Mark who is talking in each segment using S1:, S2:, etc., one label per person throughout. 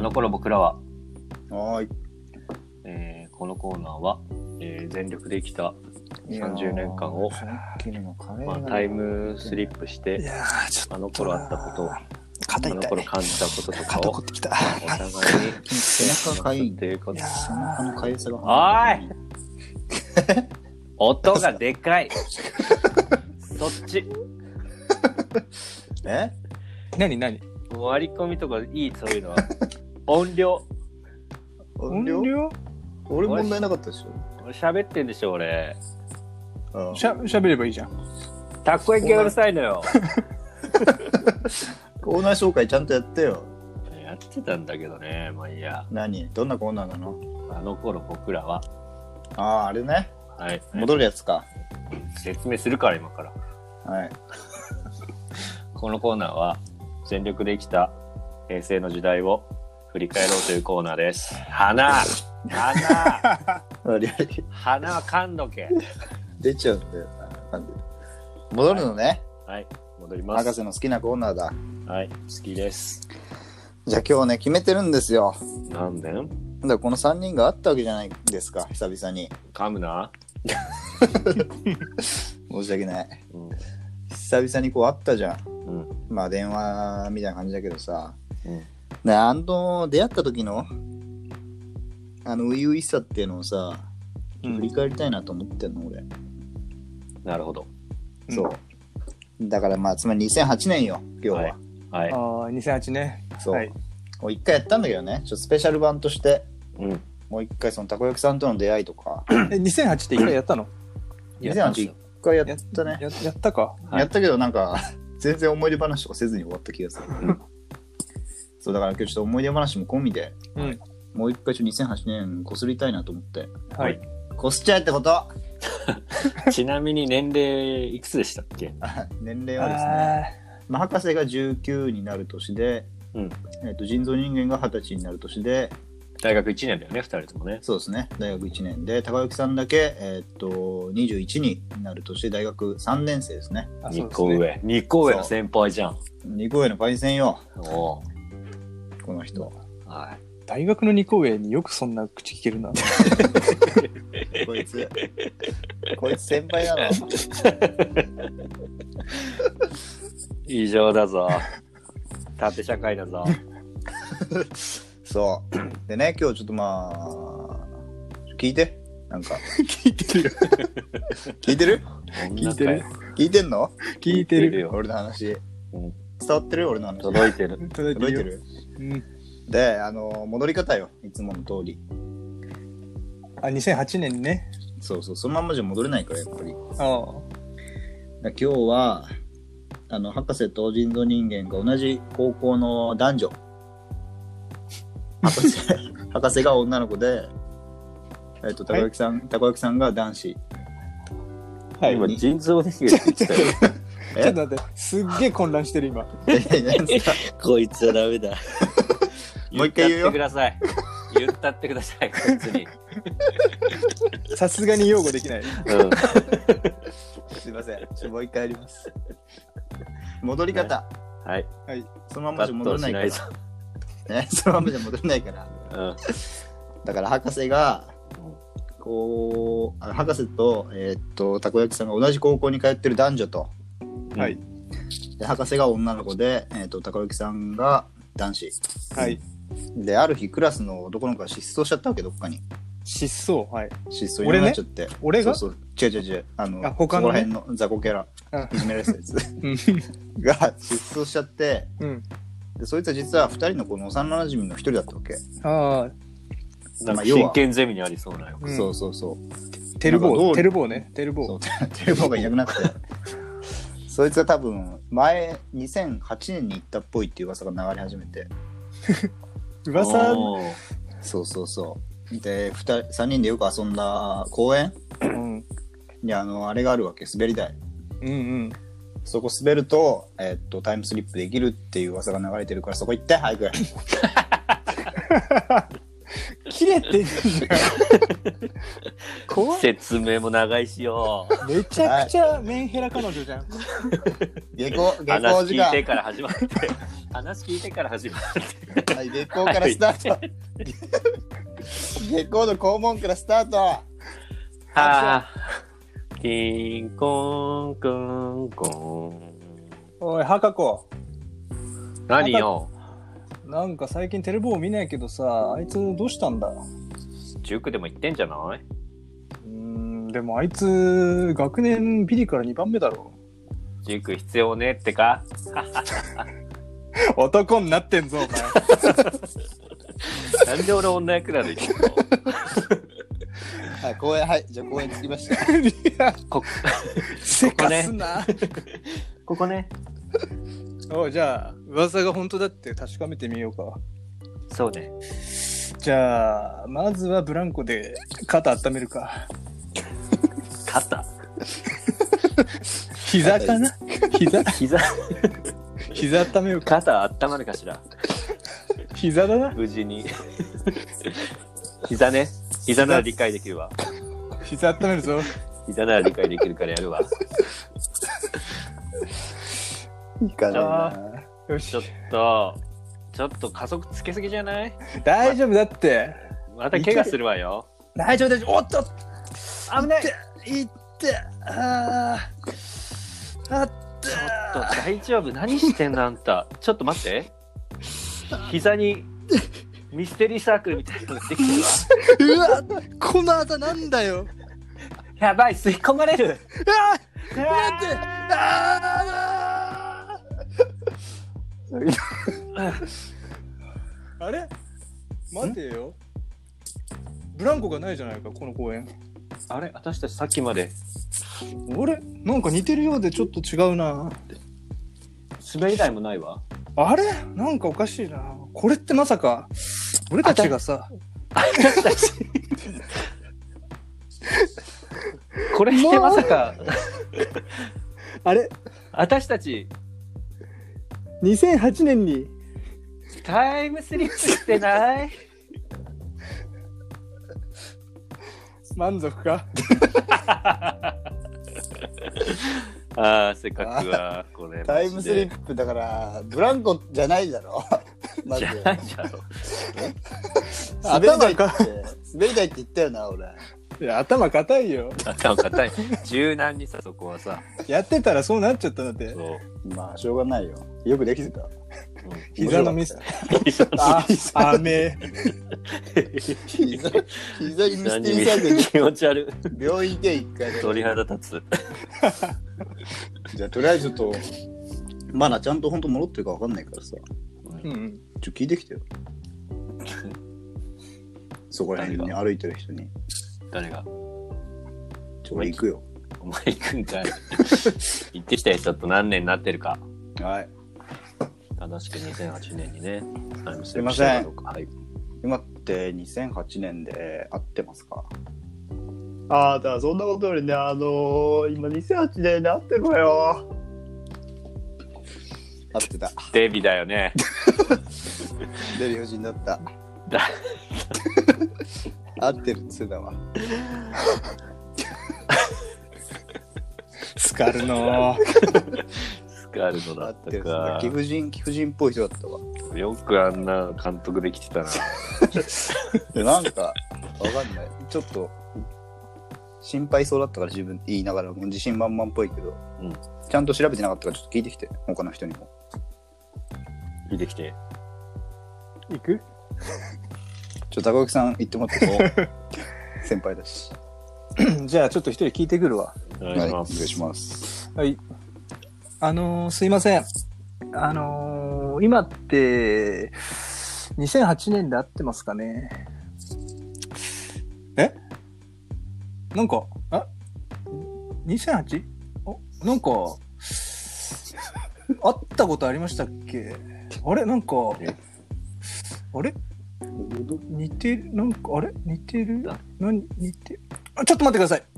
S1: の頃僕らは、
S2: はーい。
S1: えーこのコーナーは、えー全力で生きた30年間を
S2: いやーさっきのカレー
S1: ま
S2: が
S1: あ、タイムスリップし
S3: い
S1: て、
S3: やー、ちょっと。
S1: あの頃あったこと、あ
S3: 肩
S1: の
S3: 痛
S1: 頃
S3: い。
S1: 感じたこととか
S3: 肩
S1: を
S3: こ、って きた。
S1: お互いに
S2: 背中かゆい
S1: ということ
S3: い
S1: で
S3: や。
S2: 背中のかゆさが
S1: おい音がでかいそっち
S2: え
S3: なになに
S1: 割り込みとかいいそういうのは音量
S2: 音量俺問題なかったでし
S1: 俺喋ってんでしょ俺
S2: ょ
S3: しゃ、喋ればいいじゃん。
S1: たこ焼きがうるさいのよ
S2: コーナー紹介ちゃんとやってよ
S1: やってたんだけどねまあいいや
S2: 何どんなコーナーなの
S1: あの頃僕らは
S2: あああれね
S1: はい
S2: 戻るやつか
S1: 説明するから今から
S2: はい
S1: このコーナーは全力で生きた平成の時代を振り返ろうというコーナーです花花
S2: あれあれ
S1: 花は噛んどけ
S2: 出ちゃうんだよななんで戻るのね
S1: はい戻ります
S2: 博士の好きなコーナーだ
S1: はい好きです
S2: じゃあ今日ね決めてるんですよ
S1: 何年
S2: だからこの3人があったわけじゃないですか久々に
S1: 噛むな、
S2: 申し訳ない
S1: うん
S2: 久々にこうあったじゃん
S1: うん
S2: まあ電話みたいな感じだけどさ
S1: うん、
S2: ねあの出会った時のあの初々しさっていうのをさ振り返りたいなと思ってんの俺、
S1: なるほど
S3: うん
S2: そうだからまあつまり2008年よ今日は、
S1: はいはい
S3: ああ、2008ね。
S2: そう、
S3: はい
S2: もう一回やったんだけどねちょっとスペシャル版として
S1: うん
S2: もう一回そのたこ焼きさんとの出会いとか
S3: え、2008って一回やったの
S2: 2008一回やったね
S3: ややったか。
S1: はい
S2: やったけどなんか 全然思い出話とかせずに終わった気がする
S1: うん
S2: そうだから今日ちょっと思い出話も込みで
S3: うん。
S2: もう一回ちょっと2008年こすりたいなと思って
S3: はい。
S2: こすっちゃえってこと
S1: ちなみに年齢いくつでしたっけ
S2: 年齢はですね
S3: あ
S2: まあ、博士が19になる年で、
S1: うん
S2: えー、と人造人間が20歳になる年で
S1: 大学1年だよね2人ともね
S2: そうですね大学1年で高木さんだけ、えー、と21になる年で大学3年生ですね
S3: ーあ、
S1: 2
S3: そうです
S1: 個
S3: ね。
S1: 上2個上の先輩じゃん
S2: 2個上のパイセンよ
S1: おお
S2: この人
S1: は
S3: 大学の2個上によくそんな口聞けるな。
S2: こ いつこいつ先輩なの
S1: い以上だ ぞ縦社会だぞ
S2: そうでね今日ちょっとまあ聞いてなんか
S3: 聞いてるよ。
S2: 聞いてる
S1: 聞
S3: 聞いてる。
S2: 聞いてんの
S3: 聞いてる。
S1: よ
S2: 俺の話、
S1: うん
S2: 伝わってる俺の話
S1: 届いてる
S3: 届
S2: 届いて
S3: るよ。
S2: る
S3: うん。
S2: であの戻り方よいつもの通り
S3: あ、2008年にね。
S2: そうそう、そのまんまじゃ戻れないから、やっぱり。だか
S3: ああ。
S2: ら今日は、あの、博士と人造人間が同じ高校の男女。博士、 博士が女の子で、えっ、と、たこ焼きさん、たこ焼きさんが 男子。
S3: はい。
S1: 今腎臓で冷えてきたよ
S3: ちょっと待って、すっげえ混乱してる今。
S2: え何ですか
S1: こいつはダメ だ
S2: もう一回言
S1: 言ったっ
S2: うよ。
S1: てください言ったってくださいこいつに、
S3: さすがに擁護できない。
S1: うん、
S2: すいません。ちょっともう一回やります。戻り方。
S1: はい
S2: そのまん
S1: バ
S2: まじゃ
S1: ッ
S2: 戻
S1: トし
S2: れないか
S1: ないぞ、
S2: ら。ね、そのまんまじゃ戻れないから。
S1: うん
S2: だから博士が、こう、あ博士と、えっと、たこ焼きさんが同じ高校に通ってる男女と、
S3: はい。
S2: で博士が女の子で、えー、と高之さんが男子
S3: はい。
S2: である日クラスの男の子が失踪しちゃったわけどっかに
S3: 失踪。はい。
S2: 失踪になっちゃって、
S3: 俺が
S2: そうそう違う違う違うあの
S3: あ他のね
S2: そこら辺の雑魚キャラ
S3: あ
S2: いじめられてたやつ
S3: うん。
S2: が失踪しちゃって
S3: うん。
S2: でそいつは実は2人のこの幼馴染の1人だったわけ、
S3: ああ、
S1: なんか
S2: 要は
S1: 真剣ゼミにありそうなよ
S3: うん
S2: そうそうそう
S3: テル
S2: なんかど
S3: ボ
S2: う
S3: ー、テルボーね。テ
S2: そ
S3: ルボ
S2: う テレフォンがいなくなって そいつが多分前2008年に行ったっぽいっていう噂が流れ始めて
S3: ー。噂、
S1: おー
S2: そうそうそうで3人でよく遊んだ公園
S3: うん。
S2: にあのあれがあるわけ滑り台
S3: うんうん。
S2: そこ滑ると,、えっとタイムスリップでき るっていう噂が流れてるからそこ行って早く
S3: 切れてんじゃん。怖い。
S1: 説明も長いしよ。
S3: めちゃくちゃメンヘラ彼女じゃん。
S2: 下校、下校
S1: 話
S2: 時
S1: 聞い
S2: 間。
S1: てから始ま って。話聞いてから始まって。
S2: はい、下校からスタート。 下校の校門からスタート。
S1: はぁ。キンコンコンコ
S3: おい、ハカコ。
S1: ン。何よ。
S3: なんか最近テレボー見ないけどさ、あいつどうしたんだう
S1: 塾でも行ってんじゃない
S3: ーん、でもあいつ、学年ビリから2番目だろ。
S1: 塾必要ねってか。
S3: 男になってんぞ、お前。
S1: なんで俺女役なの行くの
S2: はい、公園、はい、じゃあ公園着きました。
S3: いや、
S1: こ
S3: せ
S1: こ
S3: か
S1: ね
S3: すな。
S1: ここね。
S3: おい、じゃあ、噂が本当だって確かめてみようか。
S1: そうね。
S3: じゃあ、まずはブランコで肩温めるか。
S1: 肩。
S3: 膝かな膝
S1: 膝、
S3: 膝温めようか。
S1: 肩温まるかしら。
S3: 膝だな。
S1: 無事に。膝ね。膝なら理解できるわ。
S3: 膝温める ぞ。
S1: 膝なら理解できるからやるわ。
S2: いいか
S1: な。
S3: よし
S1: ちょっ。と、ちょっと加速つけすぎじゃない
S3: 大丈夫だって。
S1: また怪我するわよ。
S3: 大丈夫大丈夫。おっと
S1: 危ない
S3: いってあーあっ
S1: ちょっと大丈夫。何してんだあんた。ちょっと待って。膝にミステリーサークルみたいなのできてるわ。
S3: てうわこの技なんだよ
S1: やばい、吸い込まれる。う
S3: あ
S1: わー
S3: てああれ待てよブランコがないじゃないかこの公園
S1: あれ私たちさっきまで
S3: あれなんか似てるようでちょっと違うな
S1: 滑り台もないわ。
S3: あれなんかおかしいなこれってまさか俺たちがさ
S1: これってまさか、
S3: あれ
S1: 私たち
S3: 2008年に
S1: タイムスリップしてない
S3: 満足か
S1: ああ、せっかくは、これ。
S2: タイムスリ
S1: プ
S2: ップだから、ブランコじゃないだろ。 まず
S1: じゃないじゃろ。
S2: 滑り台
S3: 頭
S2: って
S3: か、
S2: 滑り台って言ったよな、俺。
S3: いや頭硬いよ
S1: 頭硬い。柔軟にさ、そこはさ。
S3: やってたらそうなっちゃったんだって
S1: そう。
S2: まあ、しょうがないよ。よくできてた。
S3: 膝のミス
S1: 膝
S3: あ雨
S2: 膝、 膝にミステリーサークル
S1: に気持ち悪い。
S2: に病院行け、一回で。
S1: 鳥肌立つ。
S2: じゃあ、とりあえずちょっと、まだちゃんと本当戻ってるかわかんないからさ。
S3: うん
S2: ちょ、聞いてきてよ。そこら辺に
S1: 何
S2: 歩いてる人に。
S1: 誰が
S2: ちょ、俺行くよ。
S1: お前行くんかい。行ってきたやつだと何年になってるか。
S2: はい。
S1: 正しく2008年にね。タイムス
S2: すい
S1: リップ
S2: ません
S1: したかどうかはい。
S2: 今って2008年で合ってますかああ、だからそんなことよりね、あの今2008年で合ってるわよ。合ってた。
S1: デビだよね。
S2: デヴィ夫人だった。
S1: だ
S2: 合ってるっつうだわ。
S3: スカルの
S1: スカルド
S2: 合
S1: だ
S2: っ
S1: ってた
S2: るっつうだ。
S1: か
S2: 貴。婦人、貴婦人っぽい人だったわ。
S1: よくあんな監督できてたな。
S2: でなんか、わかんない。ちょっと、心配そうだったから自分って言いながら、もう自信満々っぽいけど、
S1: うん
S2: ちゃんと調べてなかったからちょっと聞いてきて、他の人にも。
S1: 見てきて。
S3: 行く
S2: ちょっと高木さん言ってもらっても 先輩だし。
S3: じゃあちょっと一人聞いてくるわ
S1: お
S2: は
S1: 願い
S2: い、
S1: し
S2: お願
S1: ま
S2: い
S1: す。
S2: します。
S3: はいあのーすいませんあのー今って2008年で合ってますかねえなんかあ 2008? おなんか会ったことありましたっけあれなんか
S1: え
S3: あれ似てるなんかあれ似てる何似てあちょっと待ってください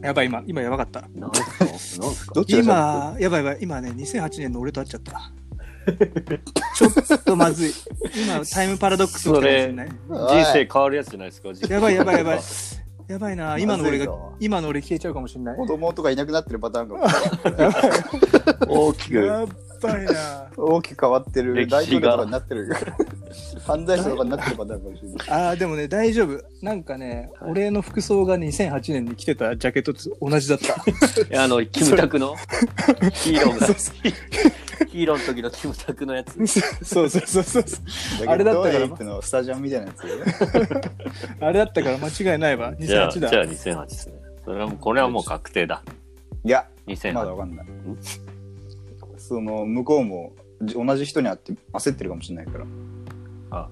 S3: やばい今今やばかった
S1: なんすかなんすか
S2: どっちが先
S3: 今やばいやばい今ね2008年の俺と会っちゃったちょっとまずい。今、タイムパラドックス起きてますね。
S1: 人生変わるやつじゃないですか。
S3: やばいやばいやばい。やばいな、今の俺
S2: まずい
S3: が、
S2: ぞ
S3: 今の俺消えちゃうかもしれない。
S2: 子供とかいなくなってるパターン が
S1: 大きく。
S3: やばいな。
S2: 大きく変わってる
S1: 歴
S2: 大
S1: 史
S2: 統
S1: が
S2: 領とかになってる 犯罪者とかになってるパターンかもしれない
S3: ああ、でもね、大丈夫。なんかね、
S1: はい
S3: 俺の服装が2008年に着てたジャケットと同じだった。
S1: いやあの、キムタクの、ヒーローの、ヒーローの時のキムタクのやつ。
S3: そうそうそうそう。あ
S2: あ
S3: れ
S2: れ
S3: だ
S2: だ
S3: っ
S2: ったた
S3: ら
S2: らのスタジアムみたいなやつよね
S3: あれだったから間違いないわ。
S1: じゃあ、
S3: 2008
S1: じゃあ
S3: だ。
S1: 2008ですね。それはもう、これはもう確定だ。
S2: いや
S1: 2008。
S2: まだわかんないその向こうもじ同じ人に会って焦ってるかもしれないから
S1: あ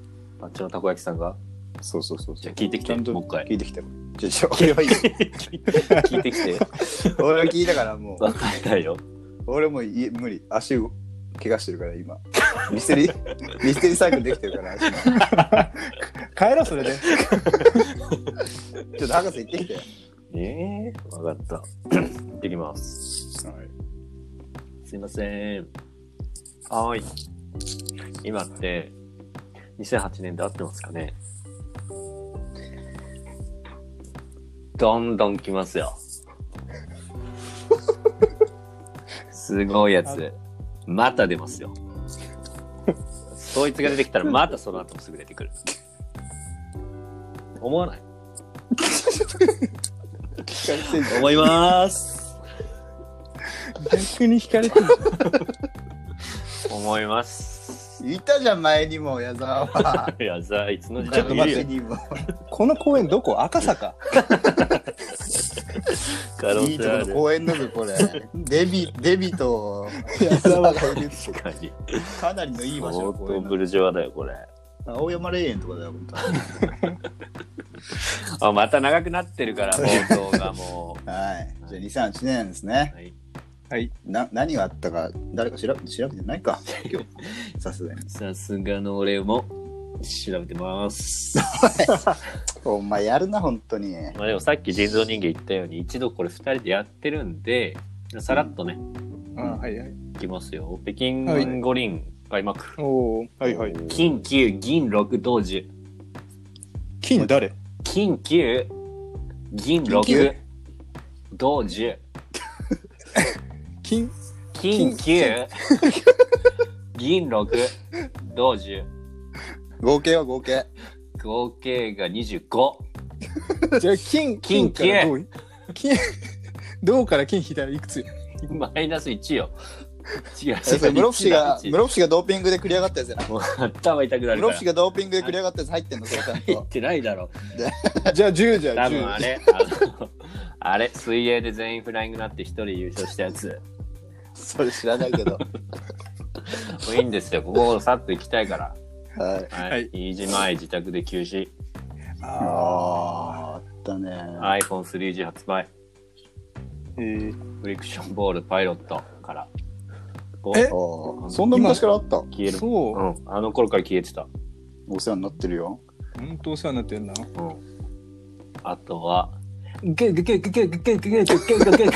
S1: っちのたこ焼きさんが
S2: そうそうそう
S1: じ
S2: そ
S1: ゃ
S2: う
S1: あ聞いてきて
S2: ちゃんと
S1: もう一回
S2: 聞いてきてじゃあじゃあ俺はいいよ
S1: 聞いてき て、
S2: 俺は聞いたからも う
S1: わかんないよ。
S2: 俺もうい無理足を怪我してるから今ミステリーミステリーサイクルできてるから足のち
S3: 帰ろう、それで。
S2: ょっと博士行ってきてよ
S1: ええわかった。 行ってきます。すいません。はーい。今って、2008年で合ってますかねどんどん来ますよ。すごいやつ。また出ますよ。そいつが出てきたらまたその後もすぐ出てくる。思わない
S2: 聞かれてんじゃん
S1: 思います。
S3: 逆に引かれてる。
S1: 思います。
S2: いたじゃん前にも矢沢は
S1: いや、じゃあ、いつの時
S2: ち
S1: 代
S2: ょっと
S1: もい
S2: 待
S1: る
S2: って
S1: よ。
S2: にも
S3: この公園どこ赤坂。
S1: 可能
S2: いいと
S1: 性あ
S2: この
S1: る。
S2: 公園だぞこれデビデビと
S3: 矢
S2: 矢
S3: 沢
S2: 沢がいるって
S1: 確かに。
S2: かなりのいい場
S1: 相
S2: 所だ公
S1: 当
S2: 園
S1: ブルジョワだよ、これ。
S2: 青山霊園とかだよ本当
S1: あ、また長くなってるから、 放送がも
S2: はいじゃあ2008年ですね
S1: う。はい。
S3: はい。
S2: な何があったか誰か調べ調べてないか今日さすがに
S1: さすがの俺も調べて ます。
S2: お前やるな本当に
S1: まあでもさっき人造人間言ったように、一度これ二人でやってるんで、さらっとね、
S3: あーはいはい。
S1: いきますよ。北京五輪開幕。
S3: おお。はいはい。
S1: 金9、銀6、同時。
S3: 金誰
S1: 金9、銀
S2: 金
S1: 6、同時。
S3: 金
S1: 金9、銀6、同時。
S2: 合計は合計
S1: 合計が25。
S3: じゃあ金、
S1: 金
S3: 金から
S1: 消
S3: どう金、 どうから金引いたらいくつよ
S1: マイナス1よ。違う、
S2: えそれ室伏が
S1: 1だ1
S2: 室伏がドーピングで繰り上がったやつやな
S1: もう頭痛くなるか
S2: 室
S1: ら。
S2: 伏がドーピングで繰り上がったやつ入ってんのそれちゃん
S1: 入っ
S2: と
S1: てないだろ。
S3: じゃあ10じゃあ
S1: 多分あ
S3: 10。
S1: れ、あの、 あれ、水泳で全員フライングになって一人優勝したやつ。
S2: それ知らないけど
S1: もういいんですよ。ここをさっと行きたいから。
S2: はい
S1: はい。
S3: はい
S1: 飯島愛自宅で休止。
S2: あああったね
S1: iPhone3G 発売。
S3: えー
S1: フリクションボールパイロットから。こう
S3: え
S2: ああそんな昔からあった
S1: 消える。
S3: そうう。
S1: ん。あの頃から消えてた。
S2: お世話になってるよ
S3: 本当お世話になってんな。
S1: うん。あとは、
S3: ゲゲゲゲゲゲゲゲゲ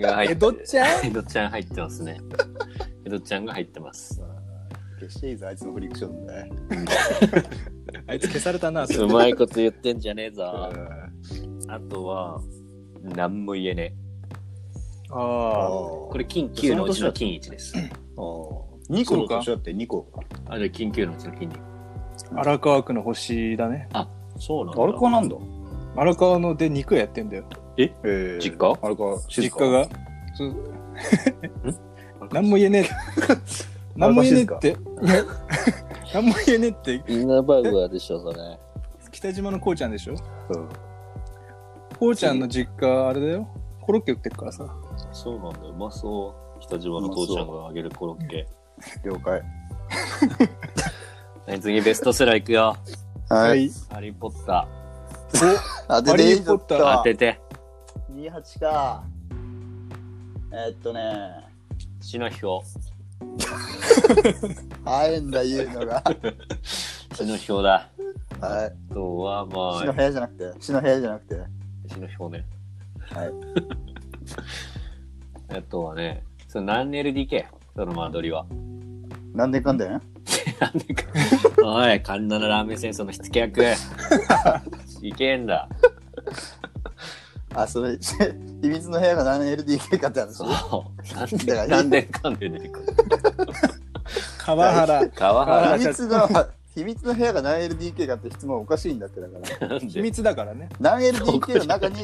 S1: が入
S3: え、
S1: て
S3: どっちゃ
S1: 江戸ちゃん入ってますね。江戸ちゃんが入ってます。
S2: 消していいぞあいつのフリクションで
S3: あいつ消されたな。
S1: うまいこと言ってんじゃねえぞ。
S2: うん
S1: あとは、なんも言えねえ。
S2: あ
S3: ああ。
S1: これ、金9のうちの金1です。
S2: 2個の年だって2個か
S1: あれ、金9のうちの金2。
S3: 荒川区の星だね。
S1: そうなん
S2: あれかなんだ
S3: 荒川ので肉屋やってんだよ。
S2: えー
S1: 実家
S2: あれか
S3: 実
S2: 静か
S3: 家が。そう。なんも言えねえ。なんも言えねえって。 なんも言えねえって、
S1: インナーバウアーでしょ、それ。
S3: 北島のこうちゃんでしょ
S2: うん
S3: こうちゃんの実家、あれだよ。コロッケ売ってるからさ。
S1: そうなんだ、うまそう。北島の父ちゃんがあげるコロッケ。
S2: 了解
S1: はい、次、ベストセラーいくよ。
S2: はい
S1: ハリーポッタ
S2: 当
S3: ハ
S2: て
S3: リ
S2: てい
S3: ー
S2: いぞ
S3: ポッター
S1: ー。当てて。
S2: 28かえーっとね
S1: 死の表。
S2: 早いんだ言うのが
S1: 死の表だ。
S2: はい
S1: あとは、
S2: 死の
S1: まあ、
S2: 部屋じゃなくて死の部屋じゃなくて
S1: 死の表ね。
S2: はい
S1: あとはね、その何 LDK? その間取りは。
S2: なんでかんでん
S1: なんでか。おい、神奈のラーメン戦争の火付け 役。いけんだ。
S2: あ、それ、 秘密の部屋が何 LDK かって話
S1: そ。う。なん
S2: だから
S1: で、なんでかんで出てくる。
S3: 川原。
S1: 川
S3: あ
S1: 原
S2: 秘密の、秘密の部屋が何 LDK かって質問はおかしいんだってだから。
S1: なん
S3: 秘
S1: で。
S3: 密だからね。
S2: 何 LDK の中に、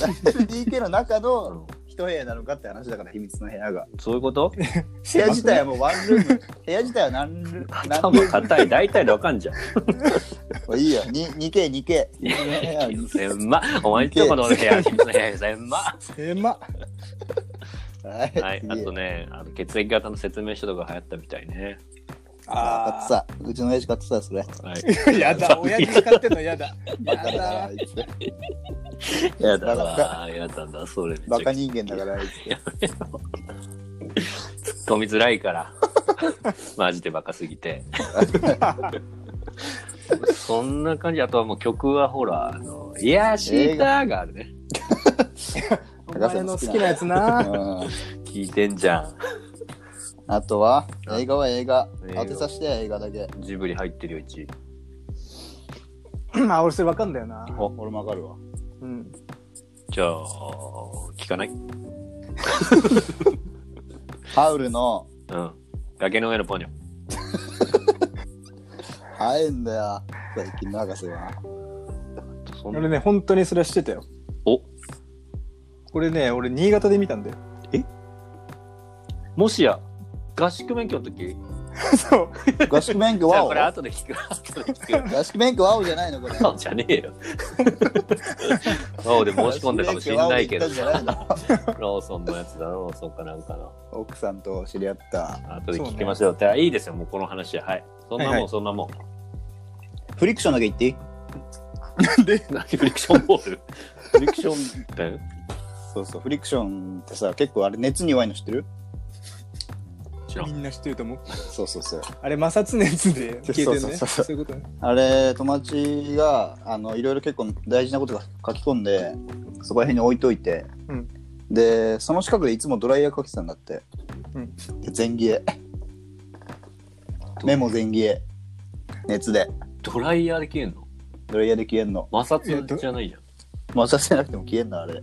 S2: 何 LDK の中の一部屋なのかって話だから、秘密の部屋が。
S1: そういうこと
S2: 部屋自体はもうワンルーム、部屋自体は何ル
S1: 頭
S2: 何ルー
S1: 硬い。大体でわかんじゃん。
S2: ム。いいよ、に 2K、2K。秘密の部屋は2
S1: せんま。お前んちのこの部屋、秘密の部屋、せんま。
S3: 狭っ。
S2: はい、
S1: はい。あ
S2: 次
S1: とね、あの血液型の説明書とか流行ったみたいね。
S2: 買ってさ、うちの親父買ってさ、それ。
S1: はい。
S3: ー。 やだ、親父買ってんのやだ。
S2: バ
S3: や
S2: カだから、
S3: だ
S2: あ。いつ。
S1: やだわ。やだな、それめっ
S2: バ
S1: ちゃ
S2: カ人間だから、あいつ。
S1: 突っ込みづらいから。 マジでバカすぎ て。そんな感じ。あとはもう曲はほら、あの、いやーシーターがあるね。
S3: お前の好きなやつな。
S2: うん
S1: 聞いてんじゃん。
S2: あとは、映画は映画
S1: 映。画
S2: 当てさせて映画だけ。
S1: ジブリ入ってるよ、1位。
S3: あ、俺それわかんだよな。
S2: 俺もわかるわ。
S3: うん。
S1: じゃあ、聞かない
S2: ハウルの、
S1: うん。崖の上のポニョ。
S2: 早いんだよ、最近の博士は。
S1: そん
S3: 俺ね、本当にそれはしてたよ。
S1: お
S3: これね、俺新潟で見たんだよ。
S1: もしや、合宿免許の時
S3: そう。
S2: 合宿免許
S1: じゃ
S2: ワ
S1: あ
S2: オ
S1: これ後で聞く。後で聞く。
S2: 合宿免許ワオじゃないのこれ。
S1: 青じゃねえ よ。青で申し込んだかもしんないけど
S2: 合宿免許ワオ行ったんじゃないの
S1: ローソンのやつだろ、ローソンかなんかの。
S2: 奥さんと知り合った。
S1: 後で聞きましょう。じゃあいいですよ、もうこの話は。はい。そんなもん、
S3: はいはい
S1: そんなもん。
S2: フリクションだけ言っていい
S1: 何フリクションボールフリクションペン
S2: そうそう、フリクションってさ、結構あれ熱に弱いの知ってる
S1: 知ら
S3: み
S1: ん。
S3: んな知ってると思う。
S2: そうそうそう。
S3: あれ、摩擦熱で消えてるね。
S2: そうそうそう
S3: そういうことね。
S2: あれ、友達が、あの、いろいろ結構大事なことが書き込んで、そこら辺に置いといて、
S3: うん
S2: で、その近くでいつもドライヤーかけてたんだって。
S3: うん
S2: で前儀へ。目も前儀へ。熱で。
S1: ドライヤーで消えんの
S2: ドライヤーで消えんの。
S1: 摩擦じゃないじゃん。
S2: 摩擦じゃなくても消えんの、あれ。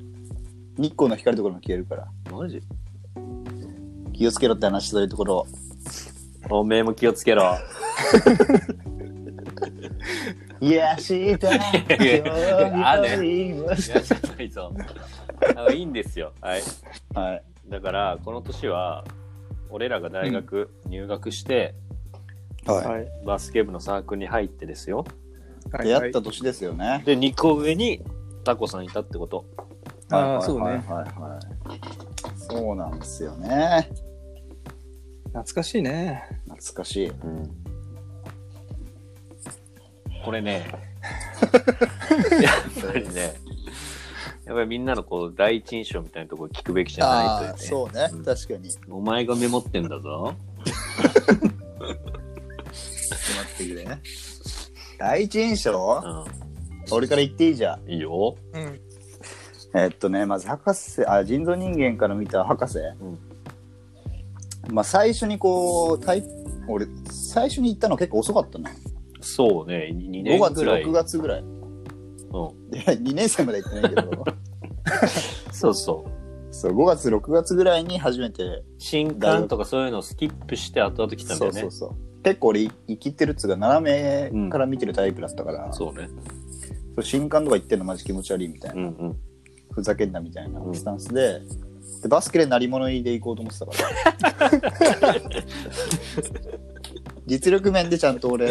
S2: 日光の光るところも消えるから。
S1: マジ
S2: 気をつけろって話そういうところ。
S1: おめえも気をつ けろ。
S2: いや、しいた。
S1: あねいや、
S2: は
S1: じゃないぞ。あいいんですよ。はい。
S2: い。
S1: だから、この年は、俺らが大学入学して、
S2: は
S3: はい。
S1: バスケ部のサークルに入ってですよ。
S2: い。
S3: はい
S2: 出会った年ですよね。
S1: で、2個上にタコさんいたってこと。
S3: ああ、そうね。
S2: はいはいはい。そうなんですよね。
S3: 懐かしいね。
S2: 懐かしい。
S1: これ ね、やっぱりね、やっぱりみんなのこう第一印象みたいなところ聞くべきじゃないというね。
S2: そうね
S1: うん
S2: 確かに。ちょ
S1: お前がメモってんだぞ。
S2: っと待ってくれね。第一印
S1: う
S2: 象
S1: ん。
S2: 俺から言っていいじゃん。
S1: いいよ。
S3: うん。
S2: えっとね、まず博士、あ、人造人間から見た博士。
S1: ん
S2: まあ最初にこう、タイ俺、最初に行ったの結構遅かったな。
S1: そうね、2
S2: 5
S1: 年
S2: 月、
S1: ぐらい。
S2: 6月ぐらい。
S1: うん。
S2: いや、2年生まで行ってないけど。
S1: そうそう。
S2: そう、5月、6月ぐらいに初めて
S1: 新刊とかそういうのをスキップして後々来たんだよね。
S2: そうそうそう結構俺生きてるっつうか斜めから見てるタイプだったから、そ
S1: そうね。
S2: う新刊とか言ってんのマジ気持ち悪いみたいな、
S1: うんうん。
S2: ふざけんなみたいな
S1: うん
S2: スタンスで,、でバスケで鳴り物入りで行こうと思ってたから実力面でちゃんと俺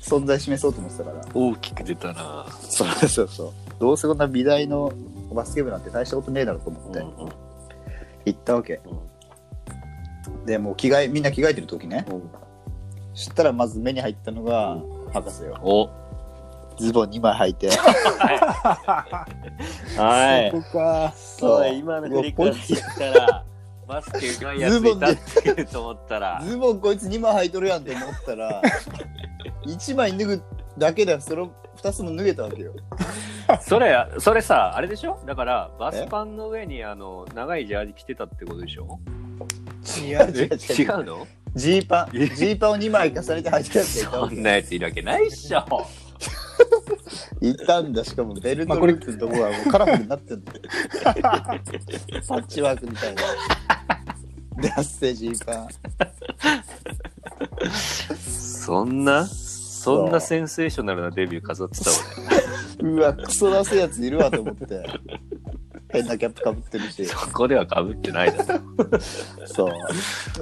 S2: 存在示そうと思ってたから
S1: 大きく出たな
S2: そうそうそうどうせこんな美大のバスケ部なんて大したことねえだろうと思
S1: う
S2: っ
S1: ん
S2: て
S1: うん
S2: 行ったわけ、でもう着替えみんな着替えてる時ね
S1: うん。
S2: そしたらまず目に入ったのが博士よ
S1: お。
S2: ズボン2枚履いて
S1: はい。
S3: そこか。
S1: そ
S2: そう
S1: う、今の振り返りしたら、バスケうまいやついたって言うと思った ら、
S2: ズボンこいつ2枚履いとるやんって思ったら1枚脱ぐだけでその2つも脱げたわけよ
S1: それ、それさ、あれでしょだから、バスパンの上に、あの、長いジャージ着てたってことでしょ
S3: いや、
S2: 違
S1: 違
S2: う
S1: うの
S2: ジーパン、ジーパンを2枚重ねて履いてたやつが
S1: そ
S2: い
S1: んなやついるわけないっしょ。
S2: たいたんだ。しかもベル
S3: ま
S2: ト
S3: あこれ
S2: ループのとこはもうカラフルになってんだよ。パッチワークみたいな。ダッセジーパン。
S1: そんなそんなセンセーショナルなデビュー飾ってた俺。
S2: うわ、クソ出すやついるわと思って。変なキャップかぶってるし。
S1: そこでは被ってないだろ。
S2: そ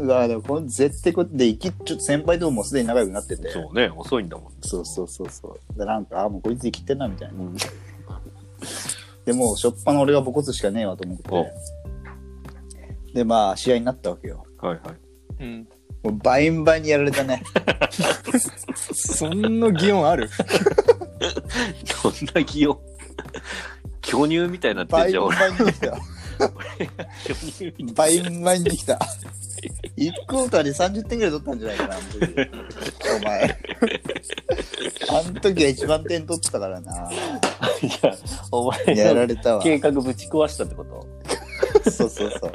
S2: う。うわ、でもこの絶対こうやって、いき、ちょっと先輩とももうすでに仲良くなってて。
S1: そうね、遅いんだもん。
S2: そうそうそうそう。で、なんか、あ、もうこいつ生きてんな、みたいな。 でもう、しょっぱな俺がボコすしかねえわと思って。で、まあ、試合になったわけよ。
S1: はいはい。
S3: うん。
S2: もう、バインバインにやられた ね。
S3: そんな擬音ある
S1: どんな気を。巨乳みたいになって
S2: バ
S1: ん
S2: イ
S1: じゃ
S2: ン
S1: ん、俺。
S2: バインに来 た。
S1: 巨乳み
S2: バインバインに来た。1クォーターで30点ぐらい取ったんじゃないかな、あの時。お 前。あの時が一番点取ってたから な。
S1: たいな。お
S2: や
S1: 前
S2: ら
S1: の
S2: れたわ。
S1: 計画ぶち壊したってこと
S2: そうそうそう。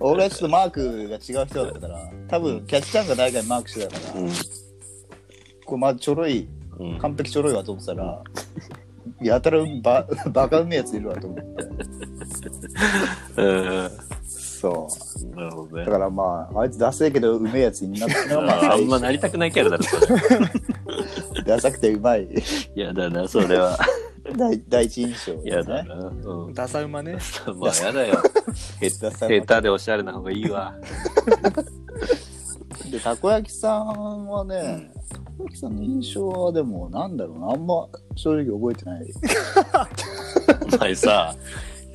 S2: 俺はちょっとマークが違う人だったから、多分キャッチャーが誰かにマークしてたから、こうまあちょろい、
S1: うん。
S2: 完璧ちょろいわと思ってた ら、やたらば バカうめえやついるわと思って。
S1: うん。
S2: そ
S1: なるほど
S2: う。
S1: ね
S2: だ。からまあ、あいつダセえけどうめえやつになったのがまあ、
S1: あん まなりたくないキャラだろ、それ。
S2: ダサくてうまい。
S1: やだな、それは。
S2: 第 第一印象、ね。
S1: やだな。うん。
S3: ダサ馬ね。
S1: まあ、やだよ。へ
S2: ダサ
S1: 下
S2: い
S1: 手でおしゃれな方がいいわ。
S2: で、たこ焼きさんはね、たこ焼きさんの印象はでもなんだろうな、あんま正直覚えてない。
S1: お前さ、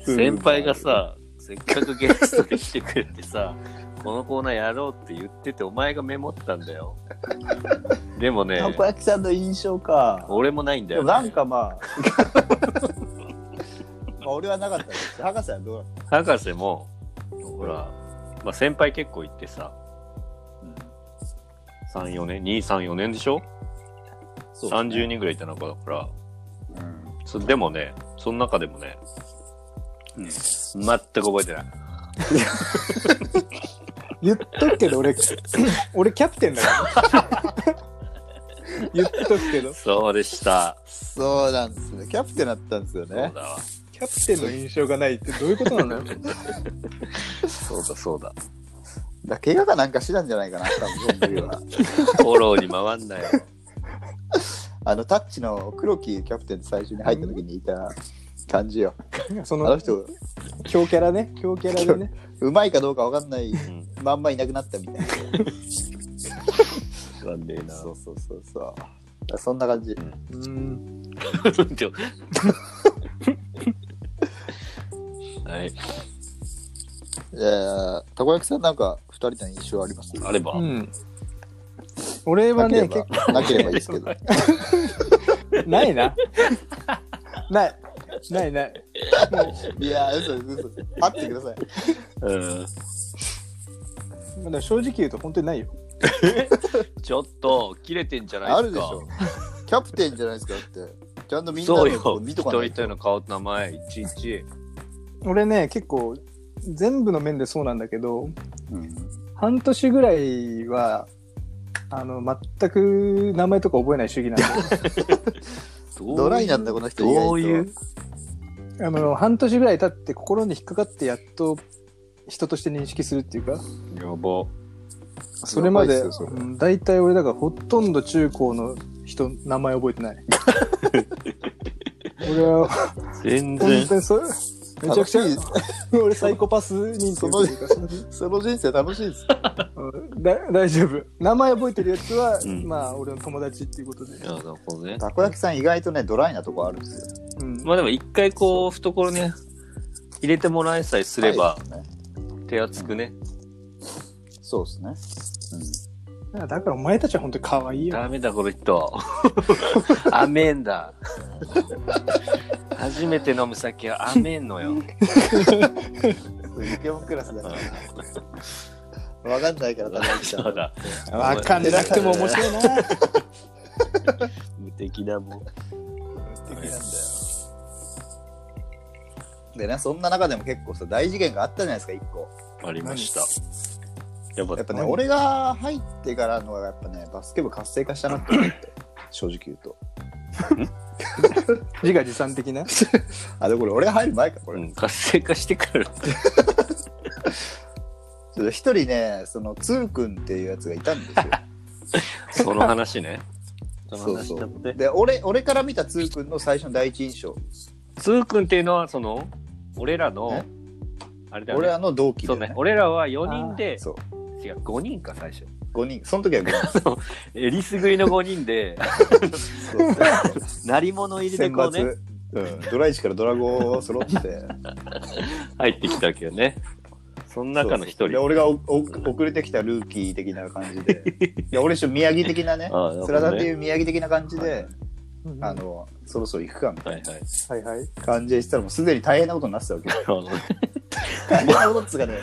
S1: 先輩がさ、せっかくゲストで来てくれてさ、このコーナーやろうって言ってて、お前がメモったんだよ。でもね
S2: た、こ焼きさんの印象か。
S1: 俺もないんだ
S2: で
S1: よ、
S2: もなんかまあ まあ俺はなかったです博士はどうだっ
S1: 博士も、ほら、まあ、先輩結構行ってさ、3、4年、2、3、4年でしょ、
S2: そうですね
S1: ?30 人ぐらいいた中だから、
S2: た、うん
S1: そでもね、その中でもね、
S2: うん
S1: 全く覚えてない。
S3: 言っとくけど俺 俺キャプテンだから 言っとくけど
S1: そうでした。
S2: そうなんですねキャプテンだったんですよ
S1: そうだ
S2: ね
S1: わ。
S3: キャプテンの印象がないってどういうことなのよ
S1: そうだそうだ。
S2: だ怪我かなんかしてたんじゃないかな多分その 時は
S1: フォローに回んなよ。
S2: あのタッチの黒木キャプテン最初に入った時にいた感じよ
S3: そ
S2: あの
S3: の
S2: 人
S3: 強キャラね強キャラでね
S2: うまいかどうかわかんない
S1: うん。
S2: まんまいなくなったみたいな
S1: わかんねえな。
S2: そうそうそうそうだからそんな感じ
S3: うん
S1: ちょはい。
S2: えーたこ焼きさんなんか2人の印象あります
S1: あれば。
S3: うん俺
S2: な
S3: は
S2: けれ
S3: ね
S2: ば
S3: 結
S2: なければいいですけど
S3: 構ないなないないない
S2: いやー嘘嘘嘘待ってください
S1: うん。
S3: だから正直言うと本当にないよ
S1: ちょっと、切れてんじゃないですか。
S2: あるでしょ。キャプテンじゃないですかだって。ちゃんとみんな
S1: そう
S2: の
S1: よ
S2: こと。見
S1: 一
S2: とかな
S1: 人
S2: い
S1: 一人
S2: と。
S1: の顔と名前、いちいち。
S3: 俺ね結構全部の面でそうなんだけど
S2: うん
S3: 半年ぐらいはあの全く名前とか覚えない主義なん で
S2: ドライなんだこの人意外と
S1: どういう。
S3: あの半年ぐらい経って心に引っかかってやっと人として認識するっていうか
S1: やば。
S3: それまで
S2: やばいっすよそれ
S3: うん大体俺だからほとんど中高の人名前覚えてない俺は
S1: 全
S3: 本
S1: 然
S3: 当。にそれめちゃくちゃ
S2: 楽し
S3: 俺サイコパス認定というか
S2: い その人生楽しいです。
S3: うんだ大丈夫名前覚えてるやつは、
S1: うん
S3: まあ俺の友達っていうことで
S1: い、やなるほどね。
S2: たこ焼きさん意外とね、ドライなとこあるんですよ。
S3: うん
S1: まあでも一回こう、懐ね、入れてもらえさえすれば、
S2: はい
S1: 手厚くね。
S2: そうですね。
S3: だからお前たちは本当に可愛いよ
S1: ダメだ、この人。 あめんだ。初めて飲む酒はあめんのよ。
S2: うん。イケモンクラスだから。わかんないから、たこ焼きさ。
S1: そうんだ。
S3: わかんなくても面白いな
S1: 無敵だもん。
S2: 素敵なんだよでね、そんな中でも結構さ、大事件があったじゃないですか、一個。
S1: ありました。やば
S2: やっぱね、
S1: 何
S2: 俺が入ってからのがやっぱね、バスケ部活性化したなって思って、正直言うと。
S3: 自画自賛的な。
S2: あ、でもこれ俺が入る前か、これ。
S1: う
S2: ちょ
S1: ん、活性化してくる。
S2: っと一人ね、その、つーくんっていうやつがいたんですよ。
S1: その話ね。その
S2: そう
S1: 話
S2: そ
S1: だっ
S2: う。
S1: て。
S2: で、俺、俺から見たつーくんの最初の第一印象。
S1: つーくんっていうのは、その、俺らの
S2: え、
S1: あれだよね。
S2: 俺らの同期
S1: そ
S2: で、
S1: うね
S2: ね。。
S1: 俺らは4人で、
S2: そう。
S1: 違う、5人か、最初。
S2: 5人。その時は5人。
S1: えりすぐりの5人で、
S2: そうそう
S1: 鳴り物 入りで
S2: 選
S1: こうね、
S2: 抜。うん、ドライチからドラゴを揃って。
S1: 入ってきたわけどね。その 中の一
S2: そうそうで
S1: 人。
S2: 俺がおお遅れてきたルーキー的な感じで いや俺一緒宮城的なね
S1: ああなるほどね
S2: スラダンっていう宮城的な感じで、
S3: うん
S2: あのそろそろ行くかみた
S1: はいいはい。
S3: はいはい。
S2: な感じでしたらもうすでに大変なことになってたわ け
S1: あの
S2: 大変なことっつうかね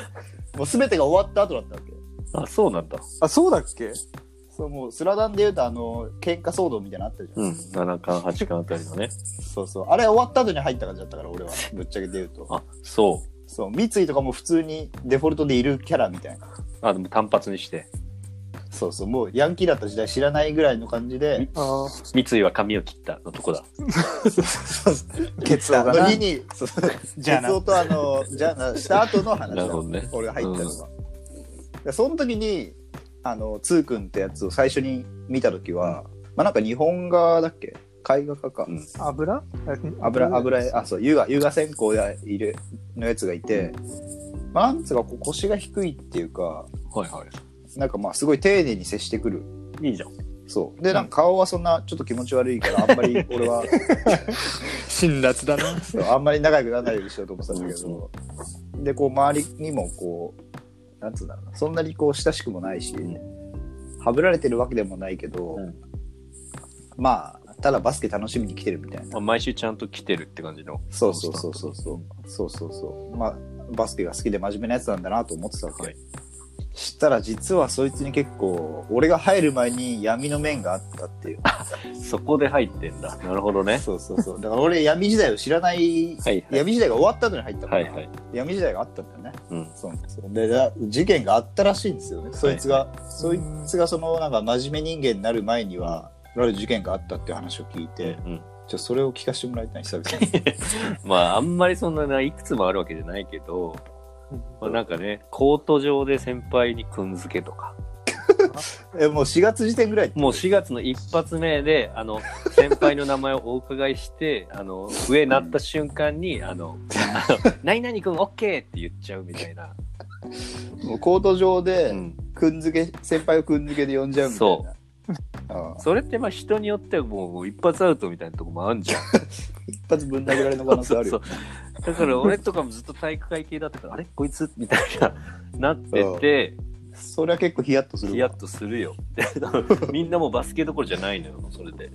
S2: もう全てが終わった後だったわけ
S1: あ、そうなんだ。
S3: あ、そうだっけ
S2: そうもうスラダンでいうとあの喧嘩騒動みたいなのあったじゃん、
S1: うん。7巻、8巻あたりのね。
S2: そうそうあれ終わった後に入った感じだったか ら俺はぶっちゃけて言うと
S1: あ、そ
S2: そう三井とかも普通にデフォルトでいるキャラみたいな
S1: う。あ、でも単発にして。
S2: そうそうもうヤンキーだった時代知らないぐらいの感じで
S3: あ
S1: 三井は髪を切ったのとこだ。
S3: ケツだ
S2: あの日にそう
S3: じゃあ な
S2: 鉄夫とあの、じゃあな、した後の話
S1: な
S2: だ
S1: るほどね。
S2: 俺が入ったのは。でその時に、あの、つーくんってやつを最初に見た時は、まあなんか日本画だっけ絵画家か。
S1: うん
S3: 油
S2: 油、。油絵、あ、そう、優雅、優雅線香でいる、のやつがいて、まあなんつうかこう腰が低いっていうか、
S1: はいは
S2: なんかまあすごい丁寧に接してくる。
S1: い。いいじゃん。
S2: そう。で、なんか顔はそんなちょっと気持ち悪いから、あんまり俺は、
S3: 辛辣だな。
S2: そうあんまり仲良くならないようにしようと思ってたんだけど、で、こう、周りにも、こう、なんつうんだろうな、そんなにこう、親しくもないし、
S1: ん
S2: はぶられてるわけでもないけど、
S1: うん
S2: まあ、ただバスケ楽しみに来てるみたいな。
S1: まあ毎週ちゃんと来てるって感じの。
S2: そうそうそうそうそう。そうそうそう。まあ、バスケが好きで真面目なやつなんだなと思ってたわけ。
S1: はい
S2: したら、実はそいつに結構、俺が入る前に闇の面があったっていう。
S1: そこで入ってんだ。なるほどね。
S2: そうそうそう。だから俺、闇時代を知らない、
S1: はいはい。
S2: 闇時代が終わった後に入ったか
S1: は
S2: ら、
S1: いはい。
S2: 闇時代があったんだよね。
S1: うん。
S2: そうそうでだ事件があったらしいんですよね、そいつがそいつがそのなんか真面目人間になる前にはある事件があったっていう話を聞いて、
S1: うん。
S2: ちょそれを聞かせてもらいたい久々に
S1: まあ、あんまりそんなないくつもあるわけじゃないけど、まあ、なんかね、コート上で先輩にくんづけとか。
S2: えもう4月時点ぐらい
S1: もう4月の一発目で、あの、先輩の名前をお伺いして、 あの、上になった瞬間に、あの、あの何々くんオッケーって言っちゃうみたいな。
S2: もうコート上
S1: う
S2: で
S1: ん。
S2: くんづけ先輩をくんづけで呼んじゃうみたいな ああ
S1: それってまあ人によってはもう一発アウトみたいなとこもある じゃん。
S2: 一発ぶん殴られの可能性あるよ、ね、
S1: だから俺とかもずっと体育会系だったから、あれこいつみたいな、な ってて、
S2: それは結構ヒヤッとす
S1: ヒ
S2: る
S1: ヤ
S2: わ
S1: ッとするよ。 みんなもうバスケどころじゃないのよ、それで。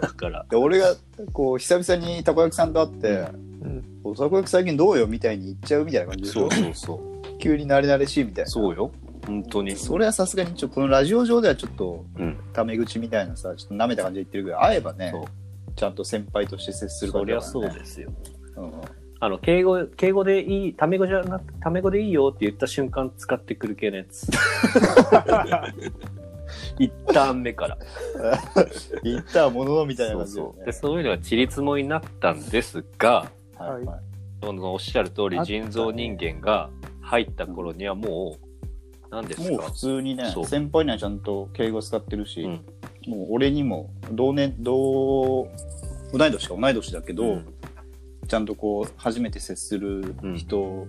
S1: だから。
S2: で俺がこう久々にたこ焼きさんと会って
S3: ん
S2: 「おたこ焼き最近どうよ?」みたいに言っちゃうみたいな感じでしょ
S1: そうそう。
S2: 急に慣れ慣れしいみたいな
S1: そうよ。本当に。
S2: それはさすがにちょっとこのラジオ上ではちょっと
S1: うん
S2: タメ口みたいなさちょっと舐めた感じで言ってるけど会えばね
S1: そう
S2: ちゃんと先輩として接する
S1: そ
S2: 感じ
S1: り
S2: だ
S1: ゃ
S2: から、ね、
S1: そうですよ。
S2: うんうん
S1: あの、敬語、敬語でいい、タメ語じゃなくて、タメ語でいいよって言った瞬間使ってくる系のやつ。 一旦目から。
S2: 言ったもののみたい
S1: そう
S2: な感じだ
S1: そ
S2: よ
S1: う。
S2: ね
S1: で、そういうのがちりつもりになったんですが、
S2: はいはい
S1: そのおっしゃる通り
S3: あったね
S1: 人造人間が入った頃にはもう何です
S2: もう
S1: か
S2: 普通にね
S1: そう
S2: 先輩にはちゃんと敬語使ってるし、
S1: うん
S2: もう俺にも同年同同い年か同い年だけど、
S1: うん
S2: ちゃんとこう初めて接する人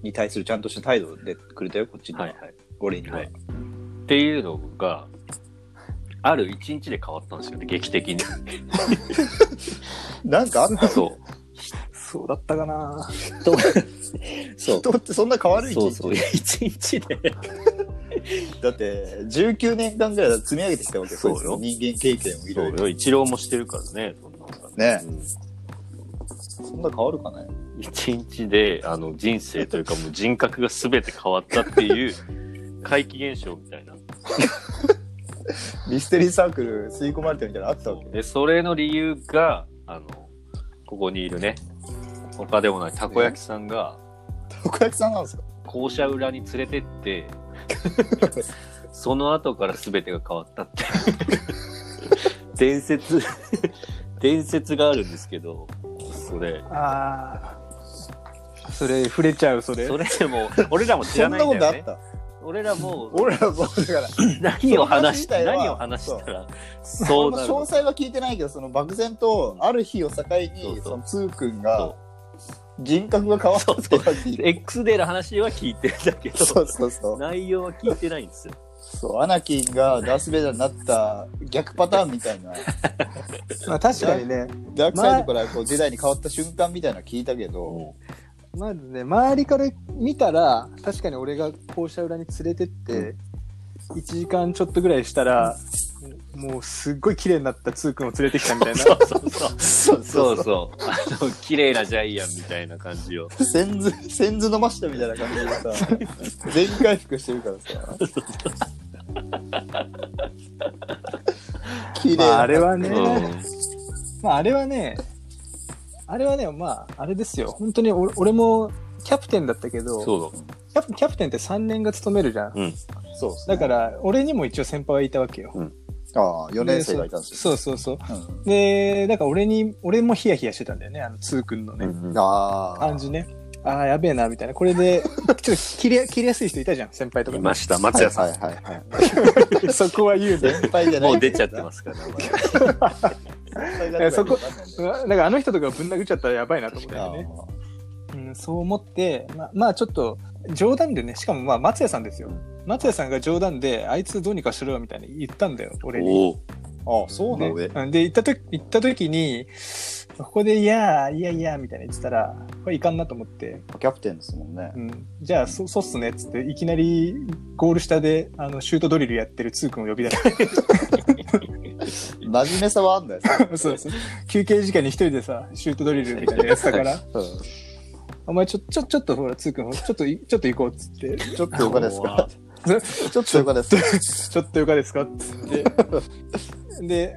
S2: に対するちゃんとした態度でくれたよこっちには、
S1: はいはい
S2: 俺には、
S1: はいっていうのがある一日で変わったんですよね劇的に
S2: なんかあった
S1: そ
S3: そうだったかな。
S1: う人
S2: 人ってそんな変わる一
S1: そう
S2: 日
S1: そう一日で
S2: だって19年間ぐらい積み上げてきたわけ
S1: そうよ
S2: こいつの人間経験を い
S1: そ
S2: ろいうろ
S1: よ一郎もしてるからねそんなのが
S2: ね
S1: うん
S2: そんな変わるかね
S1: 一日であの人生というかもう人格が全て変わったっていう 怪奇現象みたいな
S2: ミステリーサークル吸い込まれてみたいなのあったわけ
S1: でそれの理由があのここにいるね他でもないたこ焼きさんが
S2: たこ焼きさんなんですか
S1: 校舎裏に連れて って、その後から全てが変わったって。 伝説、伝説があるんですけど、それ。
S3: ああ。それ、触れちゃう、それ。
S1: それでも、俺らも知
S2: そ
S1: ら
S2: ん
S1: な
S2: ないこ
S1: ん
S2: と
S1: だよ
S2: あっ
S1: ね。
S2: た
S1: 俺らも
S2: 俺ら もだから
S1: 何を話し
S2: その話自体は
S1: 何を話したら、そう
S2: ま
S1: な
S2: あ
S1: る
S2: 詳
S1: のか
S2: 細は聞いてないけどその漠然とある日を境
S1: そうそ
S2: に
S1: う
S2: そのつーくん
S1: そ
S2: が
S1: う
S2: 人格が変わったっていうのは 聞いて
S1: X デーの話は聞いてるんだけど、
S2: そうそうそう
S1: 内容は聞いてないんですよ。
S2: そうアナキンがダース・ベイダーになった逆パターンみたいな
S3: まあ、確かにね。
S2: ダークサイドからこう時代に変わった瞬間みたいなの聞いたけど、
S3: まずね、周りから見たら、確かに俺が校舎裏に連れてって、1時間ちょっとぐらいしたら、もうすっごい綺麗になったつーくんを連れてきたみた いな。
S1: そうそう。そうそう。あの、綺麗なジャイアンみたいな感じを。
S2: センズセンズ飲ましたみたいな感じでさ 全回復してるからさ 綺麗
S3: ま
S2: な
S3: あ、あれは
S1: う
S3: ね、
S1: ん。
S3: まあ、あれはね、あれはね、まあ、あれですよ。本当に俺俺もキャプテンだったけど、
S1: そう
S3: キャプキャプテンって3年が勤めるじゃん。
S2: そうっすね
S3: だから、俺にも一応先輩はいたわけよ。
S2: ああ4年生がいたんですよ
S3: そうそうそ
S2: う
S3: う。
S2: ん
S3: で、だから俺に、俺もヒヤヒヤしてたんだよね、あの、つーくんのね、
S1: だ。
S2: ああ
S3: 感じね。ああ、やべえな、みたいな。これで、 ちょっと切れ、切れやすい人いたじゃん、先輩とか
S1: い
S3: に。
S1: ました。松屋さん。
S2: はいはいはい、はい、
S3: そこは言うね。
S2: 先輩じゃない
S1: もう出ちゃってますから。
S3: そこなんかあの人とかぶん殴っちゃったらやばいなと思ったよね。うん、そう思って、まあ、まあちょっと冗談でね、しかもまあ松屋さんですよ。松屋さんが冗談で、あいつどうにかしろよみたいに言ったんだよ、俺に。
S1: おお。
S2: ああそうなの、
S1: ね
S3: うんで、行ったとき、行った時に、ここで、いやー、いやいや、みたいな言ってたら、これいかんなと思って、
S2: キャプテンですもんね
S3: うん、じゃあ、そそうっすね、っつって、いきなりゴール下で、あの、シュートドリルやってるツー君を呼び出して、
S2: 真面目さはあんだよ、
S3: そうそう休憩時間に一人でさ、シュートドリルみたいなやつだから、
S2: う
S3: お前ちょ、ちょ、ちょっとほら、ツー君、ちょっとい、ちょっと行こう、っつって、
S2: ん、ちょっとよかですか
S3: そう
S2: ちょっとよかですか
S3: ちょっとよかですかって言って、で、